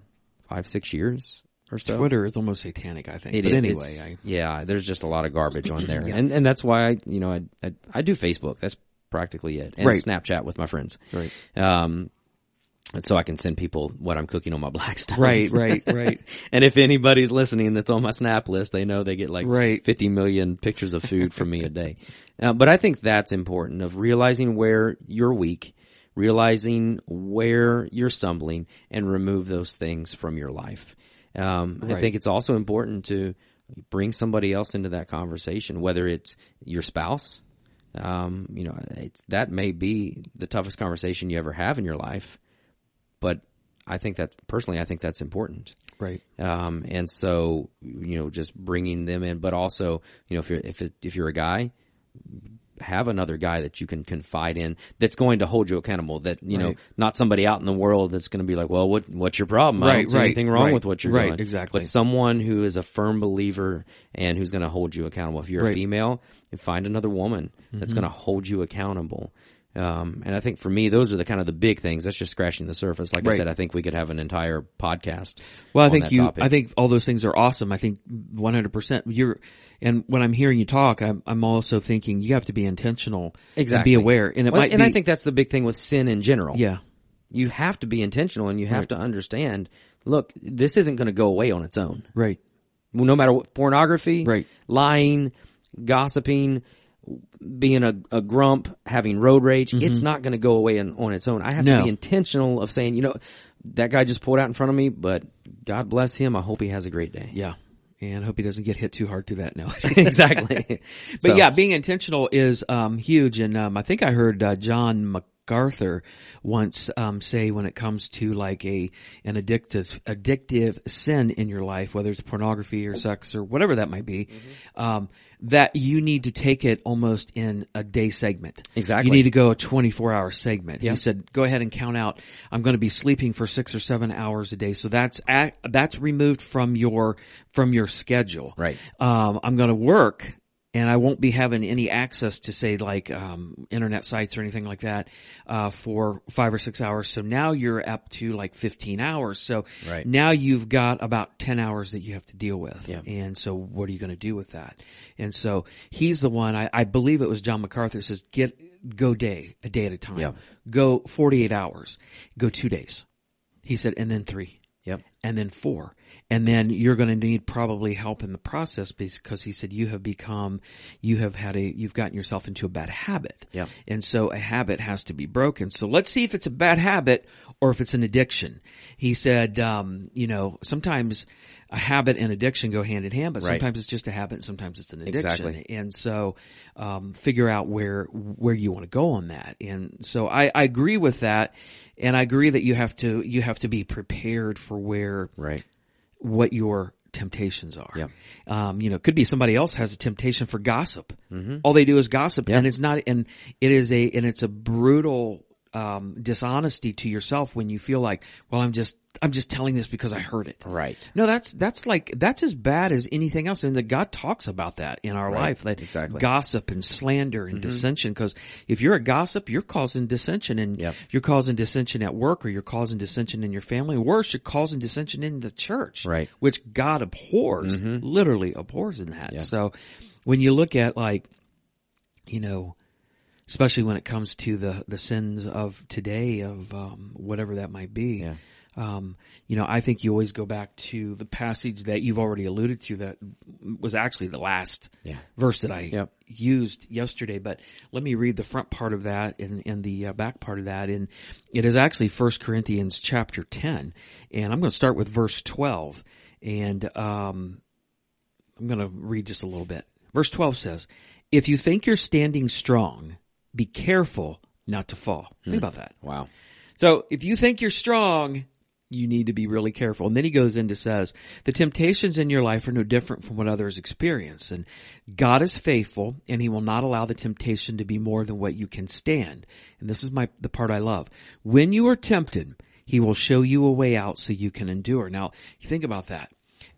five six years or so. Twitter is almost satanic, I think. It- but it- anyway, it's- I, yeah, there's just a lot of garbage on there, and and that's why I you know I I, I do Facebook. That's practically it, and Right. Snapchat with my friends, Right. Um, so I can send people what I'm cooking on my Blackstone, right, right, right. and if anybody's listening that's on my snap list, they know they get like Right. 50 million pictures of food from me a day. Uh, but I think that's important of realizing where you're weak, realizing where you're stumbling and remove those things from your life. Um, I Right. think it's also important to bring somebody else into that conversation, whether it's your spouse, um, you know, it's, that may be the toughest conversation you ever have in your life, but I think that personally, I think that's important. Right. Um, and so, you know, just bringing them in, but also, you know, if you're, if, it, if you're a guy, have another guy that you can confide in that's going to hold you accountable that, you know, Right. not somebody out in the world that's going to be like, well, what, what's your problem? I don't Right, see right, anything wrong right, with what you're right, doing. exactly. But someone who is a firm believer and who's going to hold you accountable. If you're a Right. Mm-hmm. female, find another woman that's going to hold you accountable. Um, and I think for me, those are the kind of the big things. That's just scratching the surface. Like I Right. said, I think we could have an entire podcast. Well, I on think that you, topic. I think all those things are awesome. I think 100% you're, and when I'm hearing you talk, I'm, I'm also thinking you have to be intentional. Exactly. And be aware. And it Well, might and be, I think that's the big thing with sin in general. yeah, You have to be intentional and you have to understand, look, this isn't going to go away on its own. right, No matter what pornography, Right. lying, gossiping, being a, a grump, having road rage, it's not going to go away in, on its own. I have to No. be intentional of saying, you know, that guy just pulled out in front of me, but God bless him. I hope he has a great day. yeah. And I hope he doesn't get hit too hard through that. No. exactly. But So- yeah, being intentional is um, huge, and um, I think I heard uh, John MacArthur once um, say when it comes to like a an addictive addictive sin in your life, whether it's pornography or sex or whatever that might be, Mm-hmm. um, that you need to take it almost in a day segment. Exactly. you need to go a twenty four hour segment. He said, go ahead and count out. I'm going to be sleeping for six or seven hours a day, so that's ac that's removed from your from your schedule Right. um, I'm going to work and I won't be having any access to say like um, internet sites or anything like that uh, for five or six hours. So now you're up to like 15 hours. So Right. now you've got about 10 hours that you have to deal with. Yeah. And so what are you going to do with that? And so he's the one, I, I believe it was John MacArthur says, get, go day, a day at a time. Yeah. Go 48 hours, go two days. He said, and then three Yep. and then four. And then you're going to need probably help in the process because he said you have become, you have had a, you've gotten yourself into a bad habit. Yeah. And so a habit has to be broken. So let's see if it's a bad habit or if it's an addiction. He said, um, you know, sometimes a habit and addiction go hand in hand, but Right. sometimes it's just a habit and sometimes it's an addiction. Exactly. And so, um, figure out where, where you want to go on that. And so I, I agree with that. And I agree that you have to, you have to be prepared for where Right. what your temptations are. Yeah. Um, you know, it could be somebody else has a temptation Mm-hmm. for gossip. All they do is gossip and it's not, and it is a, and it's a brutal, um, dishonesty to yourself when you feel like, well, I'm just, I'm just telling this because I heard it. Right. No, that's that's like that's as bad as anything else, and that God talks about that in our life. That exactly. Mm-hmm. gossip and slander and dissension. Because if you're a gossip, you're causing dissension, and Yep. you're causing dissension at work, or you're causing dissension in your family. Worse, you're causing dissension in the church, Right. Which God abhors, literally abhors in that. So when you look at like, you know, especially when it comes to the the sins of today of um, whatever that might be. Yeah. Um, you know, I think you always go back to the passage that you've already alluded to that was actually the last Yeah. verse that I Yep. used yesterday, but let me read the front part of that and, and the uh, back part of that. And it is actually 1 Corinthians chapter 10. And I'm going to start with verse 12. And, um, I'm going to read just a little bit. Verse 12 says, If you think you're standing strong, be careful not to fall. Think about that. Wow. So if you think you're strong, you need to be really careful. And then he goes into says, the temptations in your life are no different from what others experience. And God is faithful and he will not allow the temptation to be more than what you can stand. And this is my, the part I love. When you are tempted, he will show you a way out so you can endure. Now you think about that.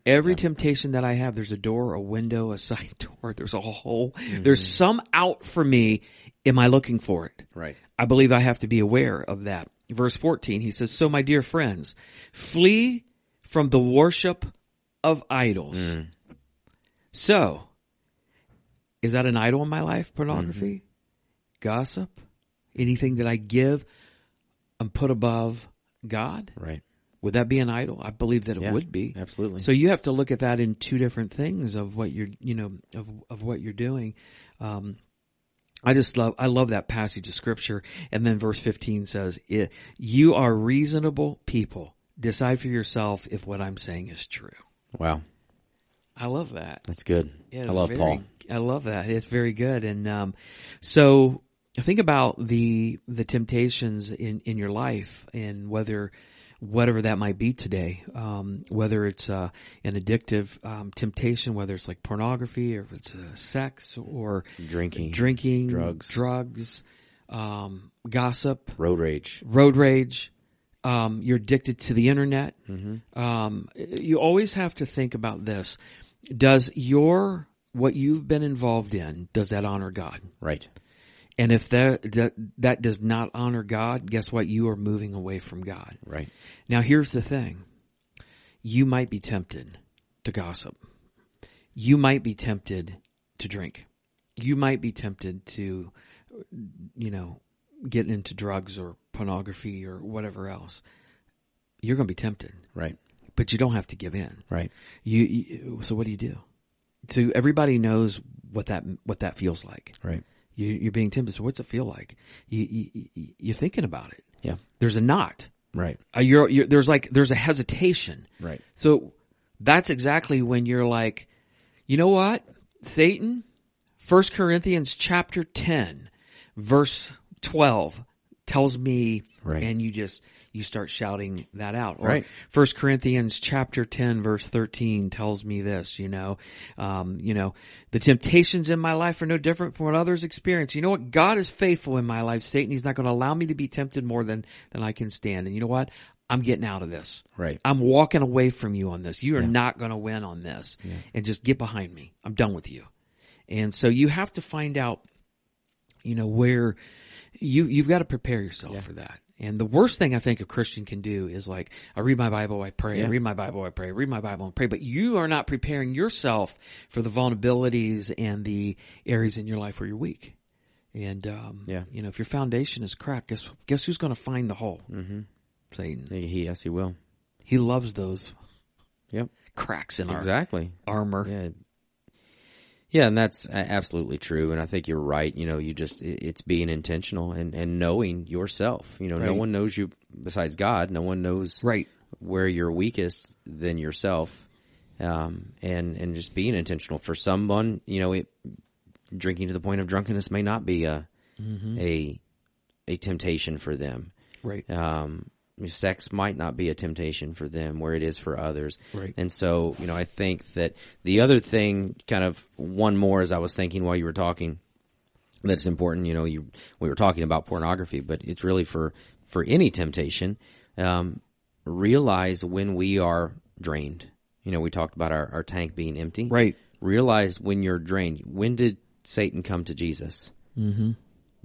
Every temptation that I have, there's a door, a window, a side door, there's a hole, there's some out for me. Am I looking for it? Right. I believe I have to be aware of that. Verse 14, he says, So my dear friends, flee from the worship of idols. So, is that an idol in my life? Pornography? Gossip? Anything that I give and put above God? Right. Would that be an idol? I believe that it would be. Absolutely. So you have to look at that in two different things of what you're, you know, of of what you're doing. Um, I just love, I love that passage of scripture. And then verse 15 says, "I- you are reasonable people. Decide for yourself if what I'm saying is true. wow. I love that. That's good. Yeah, I love very- Paul. I love that. It's very good. And um, so think about the the temptations in in your life and whether whatever that might be today, um, whether it's uh, an addictive um, temptation, whether it's like pornography or if it's uh, sex or Drinking. drinking, Drugs. drugs, um, gossip, Road rage. road rage. Um, you're addicted to the internet. Um, you always have to think about this. Does your, what you've been involved in, does that honor God? Right. And if that, that, that does not honor God, guess what? You are moving away from God. Right. Now here's the thing. You might be tempted to gossip. You might be tempted to drink. You might be tempted to, you know, get into drugs or pornography or whatever else. You're going to be tempted, Right. but you don't have to give in. Right. You, you so what do you do? So everybody knows what that what that feels like. Right. You, you're being tempted. So what's it feel like? You, you- you you're thinking about it. Yeah. There's a knot Right. uh, you're, you're there's like there's a hesitation. Right. So that's exactly when you're like, you know what, Satan, First Corinthians chapter ten, verse twelve tells me, Right. and you just you start shouting that out. Right. First Corinthians chapter ten, verse thirteen tells me this. You know, um, you know, the temptations in my life are no different from what others experience. You know what? God is faithful in my life. Satan, He's not going to allow me to be tempted more than than I can stand. And you know what? I'm getting out of this. Right. I'm walking away from you on this. You are not going to win on this. And just get behind me. I'm done with you. And so you have to find out, you know, where you, you've got to prepare yourself for that. And the worst thing I think a Christian can do is like, I read my Bible, I pray, I read my Bible, I pray, I read my Bible and pray, but you are not preparing yourself for the vulnerabilities and the areas in your life where you're weak. And, um, Yeah. you know, if your foundation is cracked, guess, guess who's going to find the hole? Mm-hmm. Satan. He. Yes, he will. He loves those Yep. cracks in our Exactly. armor. Yeah. Yeah, and that's a- absolutely true. And I think you're right. You know, you just, it- it's being intentional and, and knowing yourself. You know, no Right. one knows you besides God. No one knows Right. where you're weakest than yourself. Um, and, and just being intentional for someone, you know, it, drinking to the point of drunkenness may not be a, Mm-hmm. a, a temptation for them Right. um, sex might not be a temptation for them where it is for others. Right. And so, you know, I think that the other thing, kind of one more as I was thinking while you were talking, that's important. You know, you we were talking about pornography, but it's really for for any temptation. Um, realize when we are drained. You know, we talked about our, our tank being empty. Right. Realize when you're drained. When did Satan come to Jesus? Mm-hmm.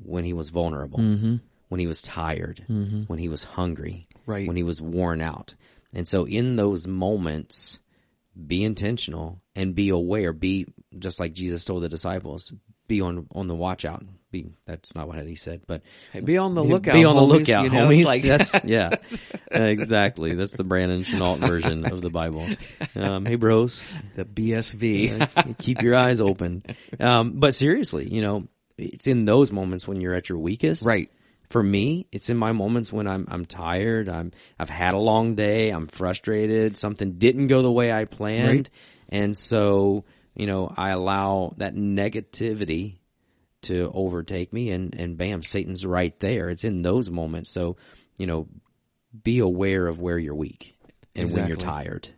When he was vulnerable. Mm-hmm. When he was tired. Mm-hmm. When he was hungry. Right. When he was worn out. And so, in those moments, be intentional and be aware. Be just like Jesus told the disciples. Be on on the watch out. Be that's not what he said, but Be on the lookout. be on homies, the lookout, you know, it's homies. like- That's yeah, exactly. That's the Brandon Chenault version of the Bible. Um, hey, bros, Uh, the BSV. keep your eyes open. Um, but seriously, you know, it's in those moments when you're at your weakest, Right. For me, it's in my moments when I'm I'm tired. I'm I've had a long day. I'm frustrated. Something didn't go the way I planned, Right. and so you know I allow that negativity to overtake me, and and bam, Satan's right there. It's in those moments. So you know, be aware of where you're weak and when you're Exactly. tired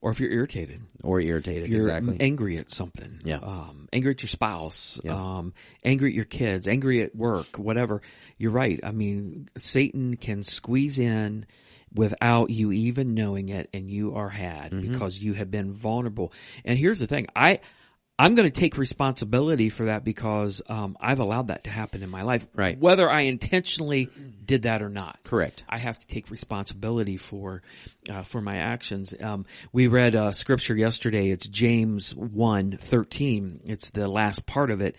Or if you're irritated, or irritated. you're exactly. angry at something. Yeah. Um, angry at your spouse. Yeah. Um, angry at your kids. Angry at work. Whatever. You're right. I mean, Satan can squeeze in without you even knowing it, and you are had Mm-hmm. because you have been vulnerable. And here's the thing. I. I'm going to take responsibility for that because um, I've allowed that to happen in my life, Right. Whether I intentionally did that or not, Correct. I have to take responsibility for uh, for my actions. Um, we read uh, scripture yesterday. It's James 1, 13. It's the last part of it.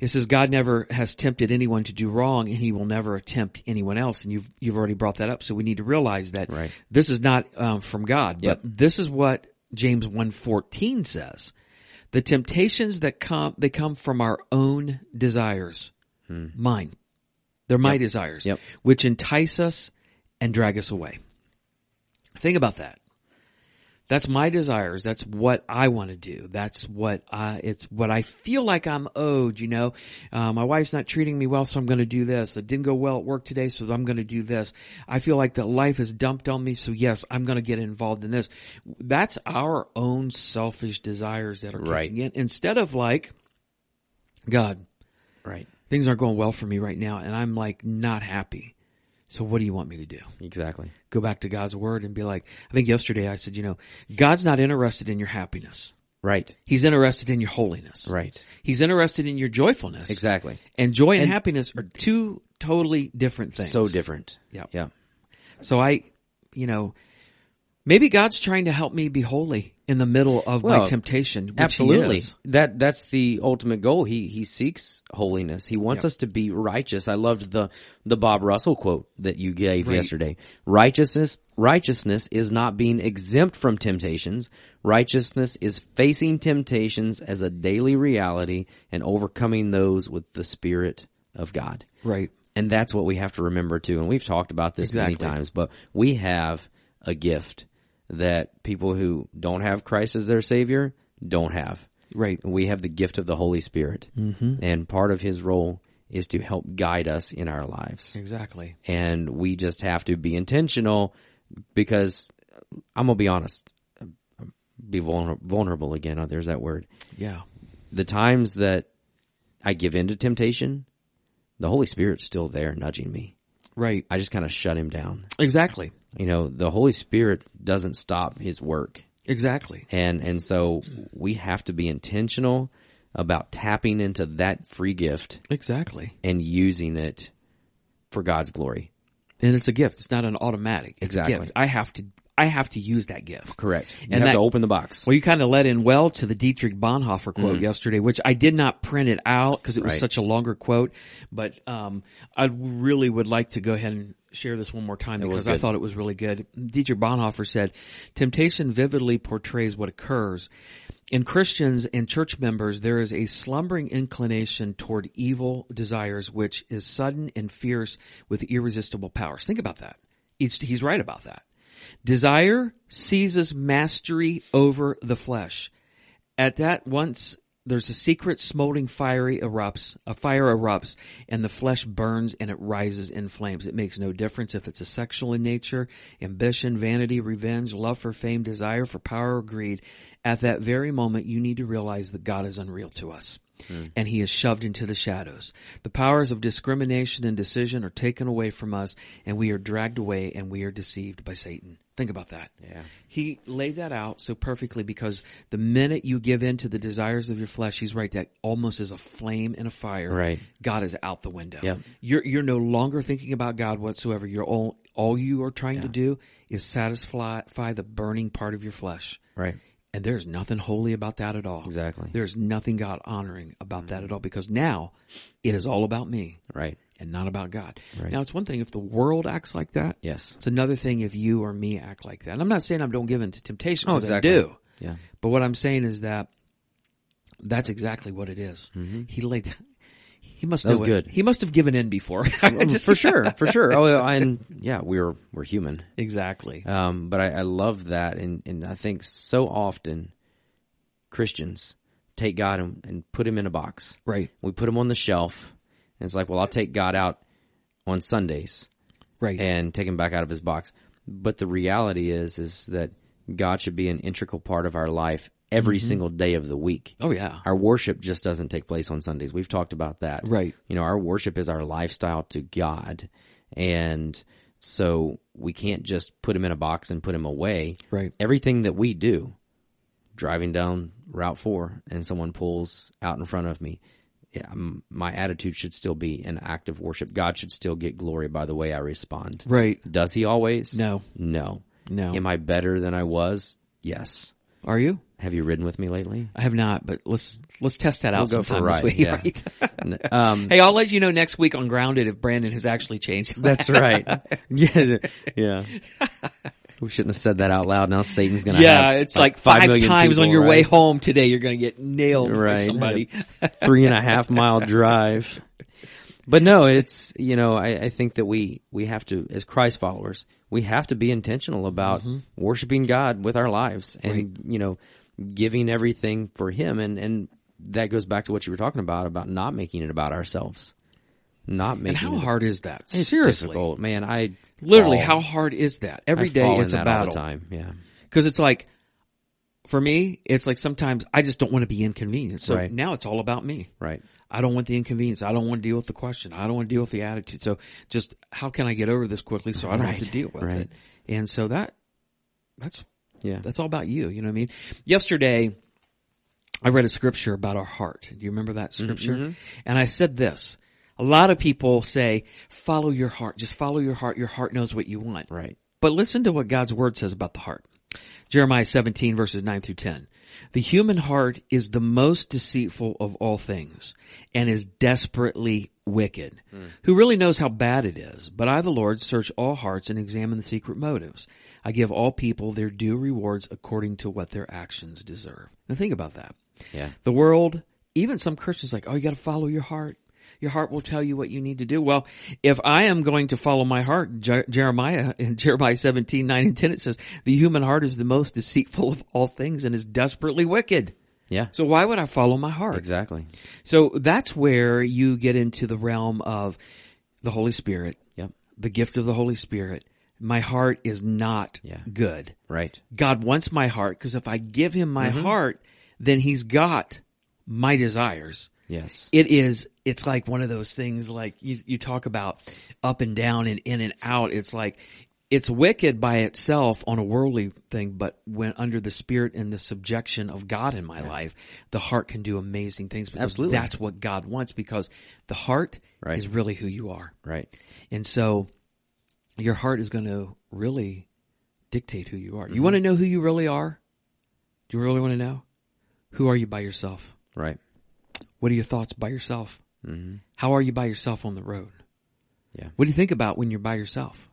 It says God never has tempted anyone to do wrong, and He will never tempt anyone else. And you've you've already brought that up, so we need to realize that Right. this is not um, from God. Yep. But this is what James 1.14 says: the temptations that come they come from our own desires, mine. They're my desires, Hmm. Yep. which entice us and drag us away. Think about that. That's my desires. That's what I want to do. That's what I, it's what I feel like I'm owed, you know. Uh, my wife's not treating me well, so I'm going to do this. It didn't go well at work today, so I'm going to do this. I feel like that life is dumped on me, so yes, I'm going to get involved in this. That's our own selfish desires that are Right. kicking in instead of like, God, Right. things aren't going well for me right now, and I'm like not happy. So what do you want me to do? Exactly. go back to God's word and be like, I think yesterday I said, you know, God's not interested in your happiness. Right. He's interested in your holiness. Right. He's interested in your joyfulness. Exactly. And joy and, happiness are two totally different things. So different. Yeah. Yeah. So I, you know, maybe God's trying to help me be holy in the middle of my Well, temptation. Which he Absolutely. is. That that's the ultimate goal. He he seeks holiness. He wants us to be righteous. I loved the the Bob Russell quote that you gave yesterday. Righteousness righteousness is not being exempt from temptations. Righteousness is facing temptations as a daily reality and overcoming those with the spirit of God. Right. And that's what we have to remember too. And we've talked about this Exactly. many times, but we have a gift that people who don't have Christ as their savior don't have. Right. We have the gift of the Holy Spirit. Mm-hmm. And part of his role is to help guide us in our lives. Exactly. And we just have to be intentional because I'm going to be honest, be vulner- vulnerable again. Oh, there's that word Yeah. the times that I give in to temptation, the Holy Spirit's still there nudging me. Right. I just kind of shut him down. Exactly. You know, the Holy Spirit doesn't stop his work. Exactly. And, and so we have to be intentional about tapping into that free gift Exactly. and using it for God's glory. And it's a gift. It's not an automatic. It's Exactly. A gift. I have to, I have to use that gift. Correct. You And have that- to open the box. Well, you kind of led in well to the Dietrich Bonhoeffer quote yesterday, which I did not print it out because it was Right. such a longer quote. But um, I really would like to go ahead and share this one more time because I good. thought it was really good. Dietrich Bonhoeffer said, "Temptation vividly portrays what occurs in Christians and church members. There is a slumbering inclination toward evil desires, which is sudden and fierce with irresistible powers." Think about that. He's, he's right about that. Desire seizes mastery over the flesh. At that once there's a secret smoldering fire erupts, a fire erupts and the flesh burns and it rises in flames. It makes no difference if it's a sexual in nature, ambition, vanity, revenge, love for fame, desire for power or greed. At that very moment you need to realize that God is unreal to us. Mm. and he is shoved into the shadows. The powers of discrimination and decision are taken away from us and we are dragged away and we are deceived by Satan. Think about that. Yeah. He laid that out so perfectly because the minute you give in to the desires of your flesh, he's right, that almost is a flame and a fire. Right. God is out the window. Yep. You're, you're no longer thinking about God whatsoever. You're all, all you are trying to do is satisfy the burning part of your flesh. Right. And there's nothing holy about that at all. Exactly. Mm-hmm. There's nothing God honoring about that at all because now it is all about me Right. and not about God. Now it's one thing if the world acts like that. Yes. It's another thing if you or me act like that. And I'm not saying I don't give in to temptation. Oh, 'cause exactly. I do. Yeah. But what I'm saying is that that's exactly what it is. He laid. He must. That Mm-hmm. was good. He must have given in before. Um, for sure, for sure. Oh, yeah, and yeah, we're we're human. exactly. Um, but I, I love that, and and I think so often Christians take God and, and put him in a box. Right. We put him on the shelf, and it's like, well, I'll take God out on Sundays Right. and take him back out of his box. But the reality is, is that God should be an integral part of our life every single day of the week. oh yeah. Our worship just doesn't take place on Sundays. We've talked about that. Right. You know, our worship is our lifestyle to God. And so we can't just put him in a box and put him away. Right. Everything that we do, driving down Route 4 and someone pulls out in front of me, yeah, m- my attitude should still be an act of worship. God should still get glory by the way I respond. Right. Does he always? No. No. No. Am I better than I was? Yes. Are you? Have you ridden with me lately? I have not, but let's let's test that out We'll go for a sometime this ride, week. yeah. Right? N- um, hey, I'll let you know next week on Grounded if Brandon has actually changed. That's right. yeah, yeah. We shouldn't have said that out loud. Now Satan's gonna. yeah, have, it's like, five five, million times on people, your right? way home today. You're going to get nailed by Right. somebody. three and a half mile drive. But no, it's you know I, I think that we we have to as Christ followers we have to be intentional about Mm-hmm. worshiping God with our lives and you know giving everything for Him and and that goes back to what you were talking about about not making it about ourselves, not making And how it hard is that? it's Seriously, difficult, man. I literally, fall- how hard is that? Every I day fall in it's a that all the battle time. Yeah. because it's like, for me, it's like sometimes I just don't want to be inconvenienced. So Right. now it's all about me. Right. I don't want the inconvenience. I don't want to deal with the question. I don't want to deal with the attitude. So just how can I get over this quickly so I don't have to Right. deal with Right. it? And so that, that's Yeah. That's all about you. You know what I mean? Yesterday, I read a scripture about our heart. Do you remember that Mm-hmm, scripture? And I said this. A lot of people say, follow your heart. Just follow your heart. Your heart knows what you want. right. But listen to what God's word says about the heart. Jeremiah 17 verses 9 through 10. The human heart is the most deceitful of all things and is desperately wicked. Who really knows how bad it is? But I, the Lord, search all hearts and examine the secret motives. I give all people their due rewards according to what their actions deserve. Now think about that. Yeah. The world, even some Christians like, oh, you gotta follow your heart. Your heart will tell you what you need to do. Well, if I am going to follow my heart, Je- Jeremiah, in Jeremiah 17, 9 and 10, it says, the human heart is the most deceitful of all things and is desperately wicked. Yeah. So why would I follow my heart? Exactly. So that's where you get into the realm of the Holy Spirit, Yep. the gift of the Holy Spirit. My heart is not Yeah. good. Right. God wants my heart because if I give him my Mm-hmm. heart, then he's got my desires. Yes. It is, it's like one of those things like you, you talk about up and down and in and out. It's like, it's wicked by itself on a worldly thing, but when under the spirit and the subjection of God in my life, the heart can do amazing things. Because Absolutely. That's what God wants because the heart Right. is really who you are. Right. And so your heart is going to really dictate who you are. You want to know who you really are? Do you really want to know? Who are you by yourself? Right. What are your thoughts by yourself? Mm-hmm. How are you by yourself on the road? Yeah. What do you think about when you're by yourself?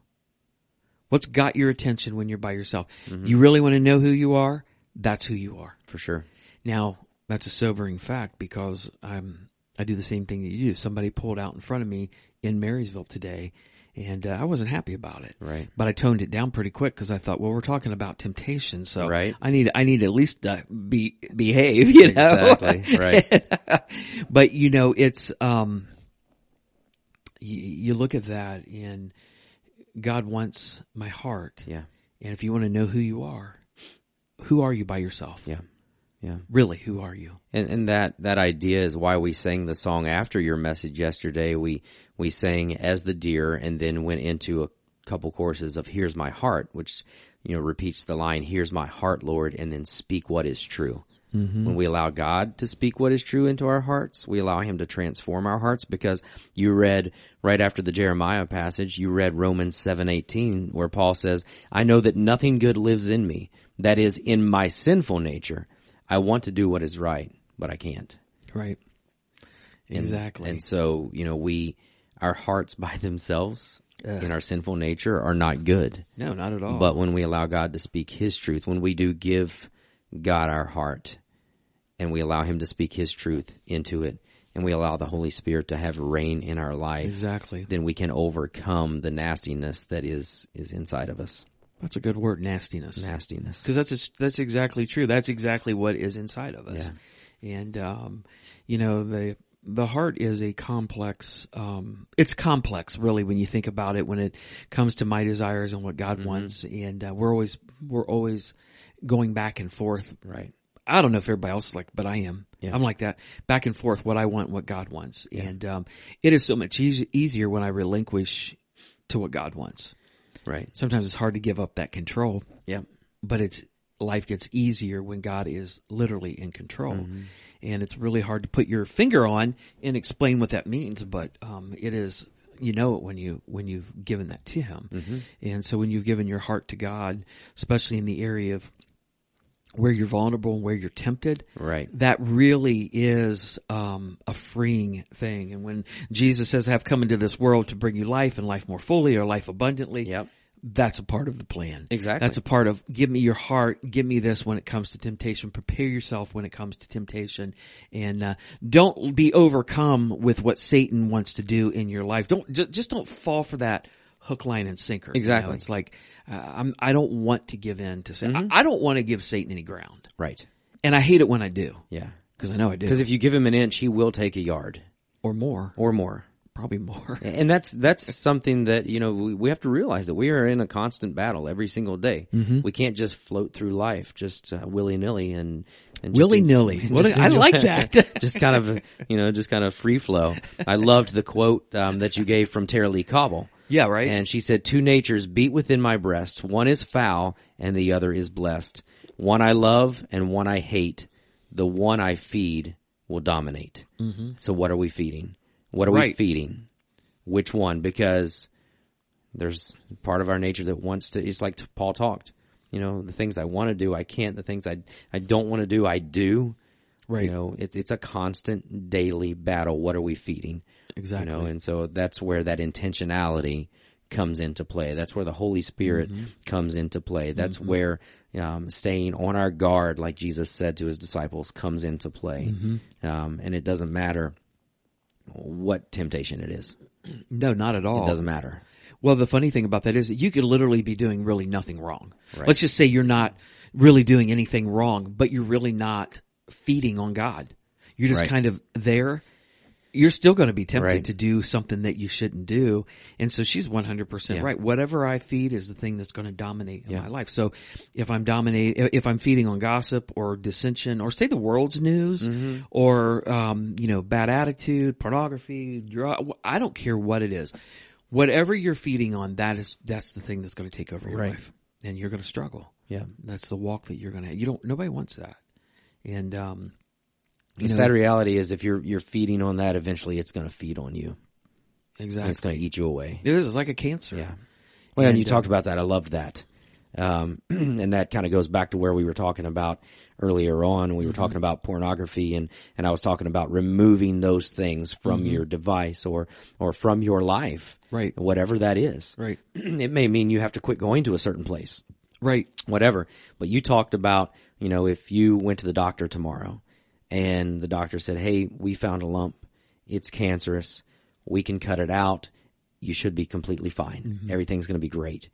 What's got your attention when you're by yourself? You really want to know who you are? That's who you are. For sure. Now, that's a sobering fact because I'm I do the same thing that you do. Somebody pulled out in front of me in Marysville today, and uh, I wasn't happy about it. Right. But I toned it down pretty quick because I thought, well, we're talking about temptation, so Right. I need I need to at least uh, be behave, you know. Exactly. Right. but you know, it's um, you, you look at that, and God wants my heart, Yeah. and if you want to know who you are, who are you by yourself? Yeah. Yeah. Really, who are you? And and that that idea is why we sang the song after your message yesterday. We we sang as the deer and then went into a couple courses of here's my heart, which you know repeats the line here's my heart, Lord, and then speak what is true. When we allow God to speak what is true into our hearts, we allow Him to transform our hearts. Because you read right after the Jeremiah passage, you read Romans seven eighteen, where Paul says, "I know that nothing good lives in me, that is, in my sinful nature. I want to do what is right, but I can't." Right. Exactly. And so, you know, we, our hearts by themselves in our sinful nature are not good. no, not at all. But when we allow God to speak His truth, when we do give God our heart and we allow Him to speak His truth into it and we allow the Holy Spirit to have reign in our life, exactly. then we can overcome the nastiness that is, is inside of us. That's a good word, nastiness. Nastiness. because that's that's exactly true. That's exactly what is inside of us, and um, you know the the heart is a complex. Um, it's complex, really, when you think about it. When it comes to my desires and what God Mm-hmm. wants, and uh, we're always we're always going back and forth. Right. I don't know if everybody else is like, but I am. Yeah. I'm like that, back and forth, what I want, what God wants, and um, it is so much easy, easier when I relinquish to what God wants. Right. Sometimes it's hard to give up that control Yep. but it's life gets easier when God is literally in control. Mm-hmm. And it's really hard to put your finger on and explain what that means, but um, it is you know it when you when you've given that to him. Mm-hmm. And so when you've given your heart to God, especially in the area of where you're vulnerable and where you're tempted, Right. that really is um, a freeing thing. And when Jesus says, "I have come into this world to bring you life and life more fully, or life abundantly," Yep. that's a part of the plan. Exactly. That's a part of give me your heart, give me this when it comes to temptation. Prepare yourself when it comes to temptation, and uh, don't be overcome with what Satan wants to do in your life. Don't ju- just don't fall for that hook, line, and sinker. you Exactly. Mm-hmm. know? it's like uh, I'm, I don't want to give in to Satan. I, I don't want to give Satan any ground, Right. and I hate it when I do Yeah. because I know I do, Because if you give Him an inch, He will take a yard or more, or more. probably more. And that's that's something that you know we, we have to realize that we are in a constant battle every single day. Mm-hmm. We can't just float through life just uh, willy nilly and, and just en- Willy-nilly. just What a- I enjoy- like that. just kind of you know just kind of free flow. I loved the quote um, that you gave from Tara Lee Cobble. Yeah, right. And she said, Two natures beat within my breast. One is foul and the other is blessed. One I love and one I hate. The one I feed will dominate. Mm-hmm. So what are we feeding? What are we Right. feeding? Which one? Because there's part of our nature that wants to, it's like Paul talked, you know, the things I want to do, I can't. The things I, I don't want to do, I do. right. You know, it, it's a constant daily battle. What are we feeding? Exactly. You know, and so that's where that intentionality comes into play. That's where the Holy Spirit Mm-hmm. comes into play. That's where um, staying on our guard, like Jesus said to his disciples, comes into play. Mm-hmm. Um, and it doesn't matter what temptation it is. no, not at all. It doesn't matter. Well, the funny thing about that is that you could literally be doing really nothing wrong. Let's just say you're not really doing anything wrong, but you're really not feeding on God. You're just Right. kind of there. You're still going to be tempted Right. to do something that you shouldn't do. And so she's 100% right. Whatever I feed is the thing that's going to dominate in my life. So if I'm dominate, if I'm feeding on gossip or dissension or say the world's news Mm-hmm. or, um, you know, bad attitude, pornography, drug, I don't care what it is whatever you're feeding on, that is that's the thing that's going to take over your Right. life, and you're going to struggle. Yeah. That's the walk that you're going to. You don't. Nobody wants that. And um, The sad reality is if you're, you're feeding on that, eventually it's going to feed on you. exactly, uh, And it's going to eat you away. it is. It's like a cancer. Yeah. Well, and, you talked about that. I loved that. Um, and that kind of goes back to where we were talking about earlier on. We were Mm-hmm. talking about pornography and, and I was talking about removing those things from your device or, or from your life. Mm-hmm. Right. Whatever that is. Right. It may mean you have to quit going to a certain place Right. whatever. But you talked about, you know, if you went to the doctor tomorrow and the doctor said, Hey, we found a lump. It's cancerous. We can cut it out. You should be completely fine. Mm-hmm. Everything's going to be great.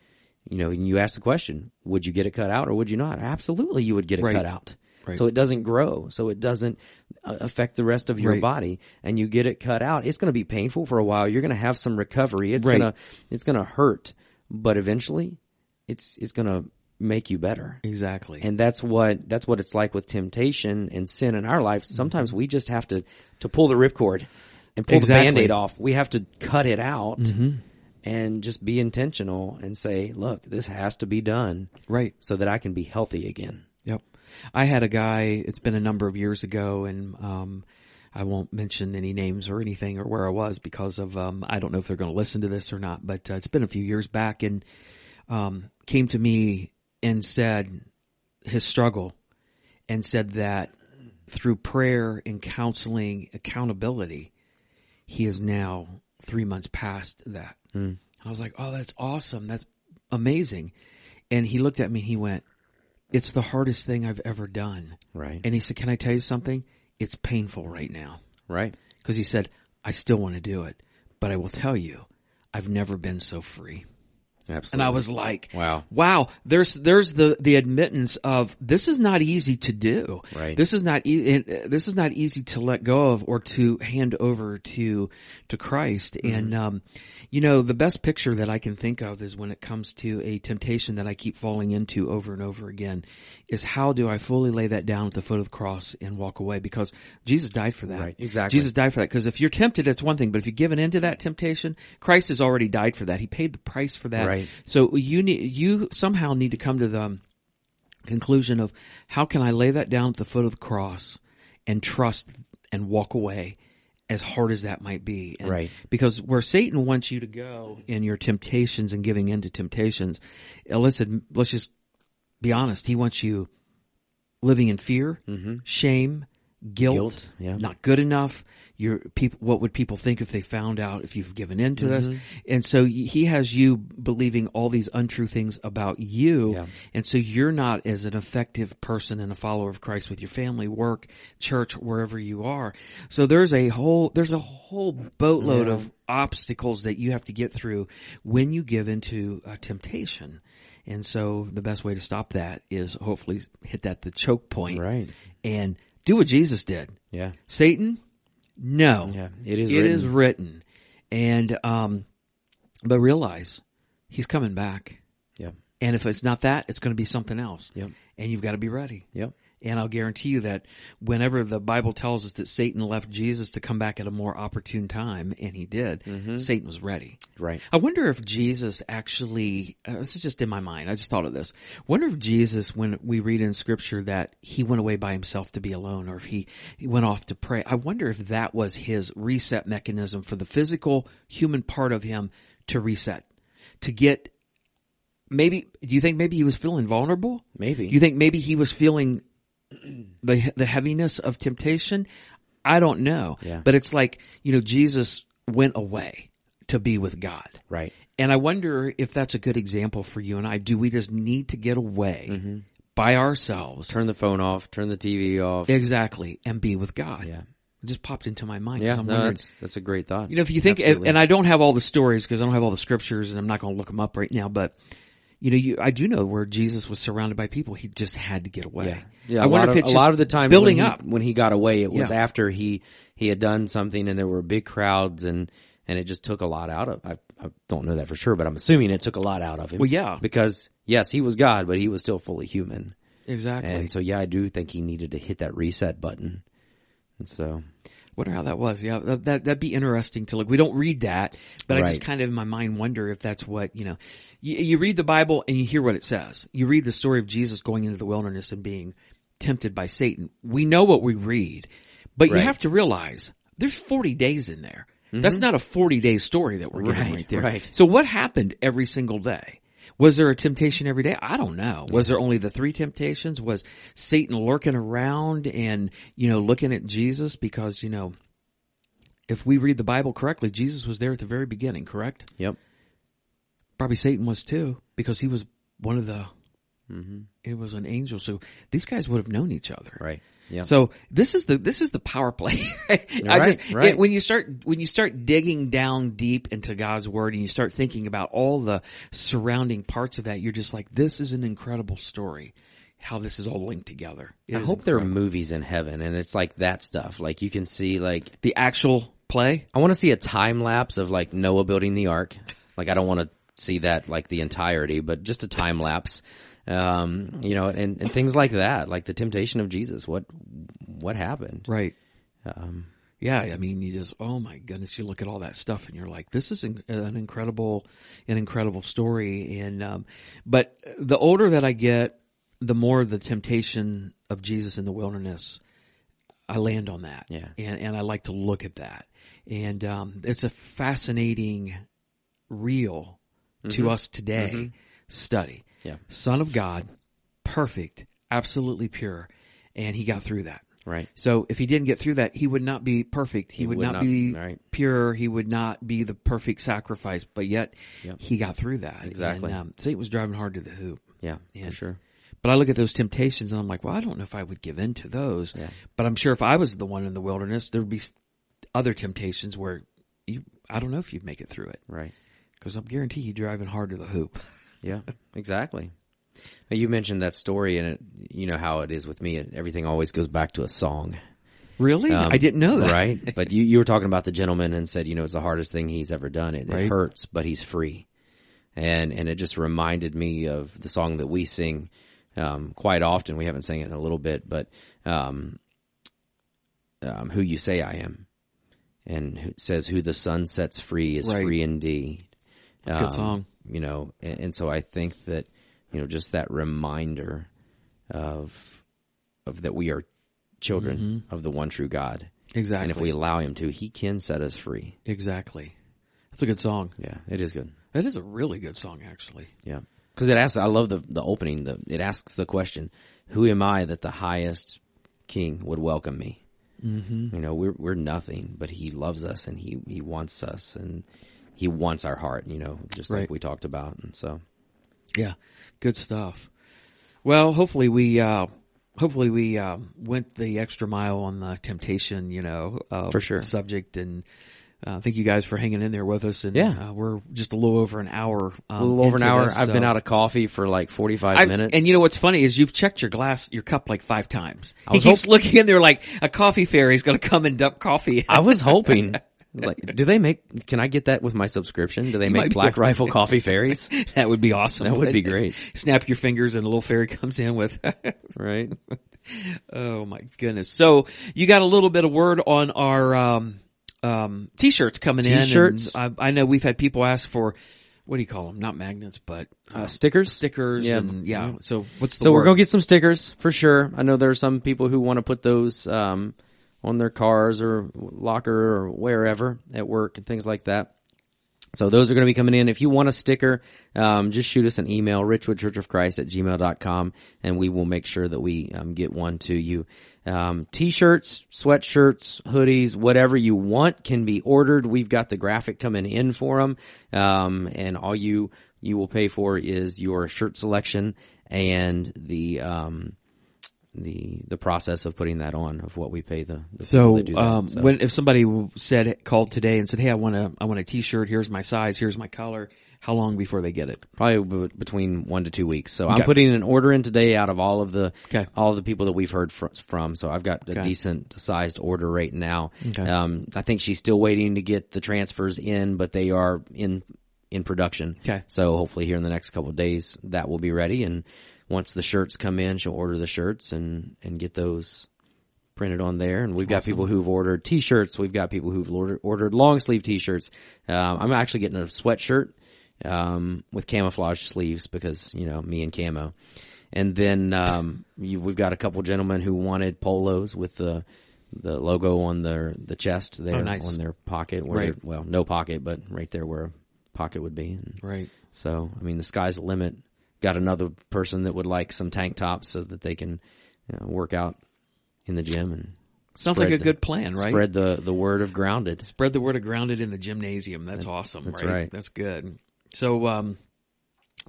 You know, and you ask the question, would you get it cut out or would you not? Absolutely. You would get it Right. cut out. Right. So it doesn't grow. So it doesn't uh, affect the rest of your Right. body and you get it cut out. It's going to be painful for a while. You're going to have some recovery. It's Right. going to, it's going to hurt, but eventually it's, it's going to make you better. Exactly. And that's what that's what it's like with temptation and sin in our lives. Sometimes we just have to to pull the ripcord and pull Exactly. the band-aid off. We have to cut it out and just be intentional and say, look, this has to be done right. so that I can be healthy again. Yep. I had a guy, it's been a number of years ago and, um, I won't mention any names or anything or where I was because of, um, I don't know if they're going to listen to this or not, but uh, it's been a few years back and, um, came to me and said his struggle and said that through prayer and counseling accountability, he is now three months past that. Mm. I was like, Oh, that's awesome. That's amazing. And he looked at me and he went, it's the hardest thing I've ever done. Right. And he said, can I tell you something? It's painful right now. right. Cause he said, I still want to do it, but I will tell you, I've never been so free. Absolutely. And I was like, Wow. wow, there's, there's the, the admittance of this is not easy to do. Right. This is not, e- and, uh, this is not easy to let go of or to hand over to, to Christ. Mm-hmm. And, um, you know, the best picture that I can think of is when it comes to a temptation that I keep falling into over and over again is how do I fully lay that down at the foot of the cross and walk away? Because Jesus died for that. Right, exactly. Jesus died for that. Cause if you're tempted, it's one thing, but if you give given into that temptation, Christ has already died for that. He paid the price for that that. Right. So you need, you somehow need to come to the um, conclusion of how can I lay that down at the foot of the cross and trust and walk away as hard as that might be. And Right. Because where Satan wants you to go in your temptations and giving in to temptations, uh, let's, ad- let's just be honest. He wants you living in fear, shame, guilt, Mm-hmm. Guilt, yeah. not good enough. Your people, what would people think if they found out if you've given in to Mm-hmm. this? And so y- he has you believing all these untrue things about you. Yeah. And so you're not as an effective person and a follower of Christ with your family, work, church, wherever you are. So there's a whole, there's a whole boatload of obstacles that you have to get through when you give into uh, temptation. And so the best way to stop that is hopefully hit that the choke point Right. and do what Jesus did. Yeah. Satan, no. Yeah. It is It written. is written. And, um, but realize he's coming back. Yeah. And if it's not that, it's going to be something else. Yep. And you've got to be ready. Yep. And I'll guarantee you that whenever the Bible tells us that Satan left Jesus to come back at a more opportune time, and he did, Mm-hmm. Satan was ready. Right. I wonder if Jesus actually, uh, this is just in my mind, I just thought of this. Wonder if Jesus, when we read in scripture that he went away by himself to be alone or if he, he went off to pray, I wonder if that was his reset mechanism for the physical human part of him to reset, to get maybe, do you think maybe he was feeling vulnerable? Maybe. You think maybe he was feeling the the heaviness of temptation? I don't know. Yeah. But it's like, you know, Jesus went away to be with God. right. And I wonder if that's a good example for you and I. Do we just need to get away Mm-hmm. by ourselves? Turn the phone off. Turn the TV off. Exactly. And be with God. Yeah. It just popped into my mind. 'cause yeah. I'm No, wondering- that's that's a great thought. you know, if you think, Absolutely. and I don't have all the stories because I don't have all the scriptures, and I'm not going to look them up right now. But you know, you I do know where Jesus was surrounded by people; he just had to get away. Yeah, yeah. I a lot wonder of, if it's a just lot of the time building when he, up. when he got away. It was Yeah. after he he had done something, and there were big crowds, and and it just took a lot out of. I, I don't know that for sure, but I'm assuming it took a lot out of him. Well, yeah. because yes, he was God, but he was still fully human, Exactly. and so yeah, I do think he needed to hit that reset button, and so Wonder how that was. Yeah, that, that that'd be interesting to look. We don't read that, but I just Right. kind of in my mind wonder if that's what you know. You, you read the Bible and you hear what it says. You read the story of Jesus going into the wilderness and being tempted by Satan. We know what we read, but you Right. Mm-hmm. have to realize there's 40 days in there. That's not a 40 day story that we're getting right, Right, there. right. So what happened every single day? Was there a temptation every day? I don't know. Was there only the three temptations? Was Satan lurking around and, you know, looking at Jesus? Because, you know, if we read the Bible correctly, Jesus was there at the very beginning, correct? yep, Probably Satan was too, because he was one of the, it was an angel. So these guys would have known each other. right, yeah, So this is the this is the power play. I Right, just right. it- when you start when you start digging down deep into God's word and you start thinking about all the surrounding parts of that, you're just like, this is an incredible story. How this is all linked together. It I is hope there are movies in heaven, and it's like that stuff. Like you can see, like the actual play. I want to see a time lapse of like Noah building the ark. Like I don't want to see that like the entirety, but just a time lapse um, you know, and, and things like that, like the temptation of Jesus. What what happened? Right. Um, Yeah, I mean, you just oh my goodness, you look at all that stuff and you're like, this is in, an incredible, an incredible story. And um, but the older that I get, the more the temptation of Jesus in the wilderness, I land on that. Yeah. and and I like to look at that, and um, it's a fascinating, real to us today study. Yeah. Son of God, perfect, absolutely pure, and he got through that. right. So if he didn't get through that, he would not be perfect. He, would, would not, not- be right. pure. He would not be the perfect sacrifice. But yet, he got through that. Exactly. And, um, Satan was driving hard to the hoop. Yeah, Yeah. for sure. But I look at those temptations and I'm like, well, I don't know if I would give in to those. But I'm sure if I was the one in the wilderness, there'd be s- other temptations where you, I don't know if you'd make it through it Right. because I'm guarantee you driving hard to the hoop. Yeah, exactly. Now, You mentioned that story, and it, you know how it is with me. Everything always goes back to a song. really? Um, I didn't know that. Right. But you, you were talking about the gentleman and said, you know, it's the hardest thing he's ever done. It, Right. it hurts, but he's free. And, and it just reminded me of the song that we sing, um, quite often. We haven't sang it in a little bit, but, um, um, who you say I am and who it says who the sun sets free is Right. free indeed. That's a good song. Um, You know, and, and so I think that, you know, just that reminder of, of that we are children of the one true God. Mm-hmm. Exactly. And if we allow him to, he can set us free. exactly. That's a good song. Yeah, it is good. That is a really good song, actually. Yeah. Cause it asks, I love the, the opening, the, it asks the question, who am I that the highest king would welcome me? Mm-hmm. You know, we're, we're nothing, but he loves us and he, he wants us and he wants our heart, you know, just Right. like we talked about. And so, Yeah, good stuff. Well, hopefully we uh, hopefully we uh, went the extra mile on the temptation, you know, uh, For sure. subject, and uh, thank you guys for hanging in there with us. And Yeah. uh, we're just a little over an hour, a um, little over an into hour. this, I've been so- out of coffee for like 45 I- minutes. And you know what's funny is you've checked your glass, your cup like five times. He was keeps looking in there like a coffee fairy's going to come and dump coffee. I was hoping. Like, do they make? Can I get that with my subscription? Do they might make be Black able- Rifle Coffee Fairies? that would be awesome. That would be wouldn't great. it? Snap your fingers and a little fairy comes in with Right? Oh my goodness. So you got a little bit of word on our um um t-shirts coming T-shirts. in. and I, I know we've had people ask for what do you call them? Not magnets, but Uh, stickers. stickers Yeah. and yeah. So what's the So word? we're gonna get some stickers for sure. I know there are some people who want to put those um, on their cars or locker or wherever at work and things like that. So those are going to be coming in. If you want a sticker, um, just shoot us an email, richwoodchurchofchrist at gmail.com, and we will make sure that we um, get one to you. Um, t-shirts, sweatshirts, hoodies, whatever you want can be ordered. We've got the graphic coming in for them. Um, and all you, you will pay for is your shirt selection and the, um, the, the process of putting that on of what we pay the, the people so, that do that. um, So- when if somebody w- said called today and said, "Hey, I want a I want a T-shirt. Here's my size. Here's my color." How long before they get it? probably b- between one to two weeks. So Okay. I'm putting an order in today out of all of the Okay. all of the people that we've heard fr- from. So I've got a Okay. decent sized order right now. Okay. Um, I think she's still waiting to get the transfers in, but they are in in production. Okay. So hopefully here in the next couple of days that will be ready. And once the shirts come in, she'll order the shirts and and get those printed on there. And we've got people who've ordered t-shirts. We've got people who've ordered, ordered long sleeve t-shirts. Um, I'm actually getting a sweatshirt, um, with camouflage sleeves because, you know, me and camo. And then, um, you, we've got a couple gentlemen who wanted polos with the, the logo on their, the chest there Oh, nice. on their pocket where, Right. their- well, no pocket, but right there where a pocket would be. And Right. so, I mean, the sky's the limit. Got another person that would like some tank tops so that they can you know, work out in the gym and Sounds Spread like a the- good plan, right? spread the, the word of grounded. spread the word of grounded in the gymnasium. That's awesome. that's right? right. That's good. So, um,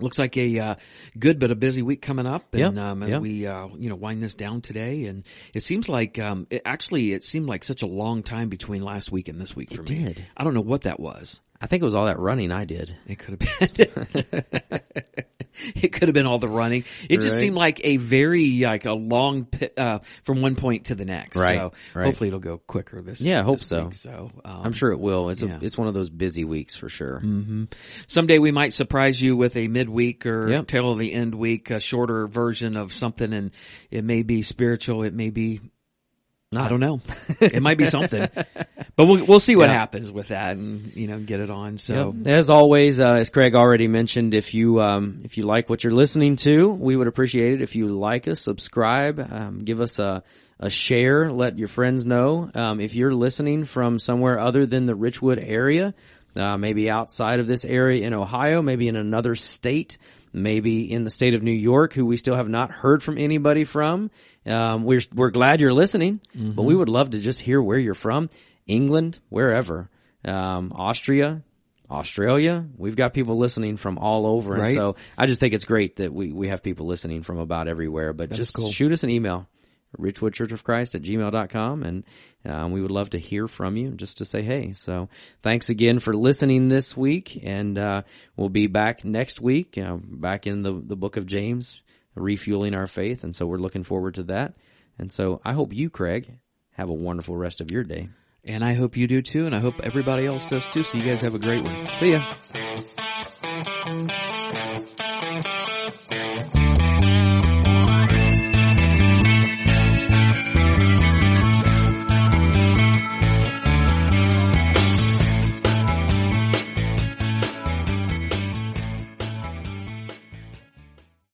looks like a uh, good but a busy week coming up. And Yeah, um, as yeah. we uh, you know wind this down today, and it seems like um, it, actually it seemed like such a long time between last week and this week for me. did. I don't know what that was. I think it was all that running I did. It could have been. it could have been all the running. It just Right. seemed like a very like a long pi- uh, from one point to the next. Right, So right. hopefully it'll go quicker this. Yeah, I hope this so. week. So um, I'm sure it will. It's yeah. a it's one of those busy weeks for sure. someday we might surprise you with a midweek or Yep. tail of the end week, a shorter version of something, and it may be spiritual, it may be. I don't know. It might be something, but we'll we'll see what Yeah. happens with that, and you know, get it on. So Yep. As always, uh, as Craig already mentioned, if you um, if you like what you're listening to, we would appreciate it if you like us, subscribe, um, give us a a share, let your friends know. Um, if you're listening from somewhere other than the Richwood area, uh, maybe outside of this area in Ohio, maybe in another state, maybe in the state of New York, who we still have not heard from anybody from. Um, we're we're glad you're listening, but we would love to just hear where you're from, England, wherever. Um, Austria, Australia. We've got people listening from all over. Right. And so I just think it's great that we, we have people listening from about everywhere, but just shoot us an email, Richwood Church of Christ at gmail.com. And um, we would love to hear from you just to say, hey, so thanks again for listening this week. And uh, we'll be back next week, uh, back in the, the book of James, refueling our faith. And so we're looking forward to that. And so I hope you, Craig, have a wonderful rest of your day. And I hope you do too, and I hope everybody else does too. So you guys have a great one. See ya.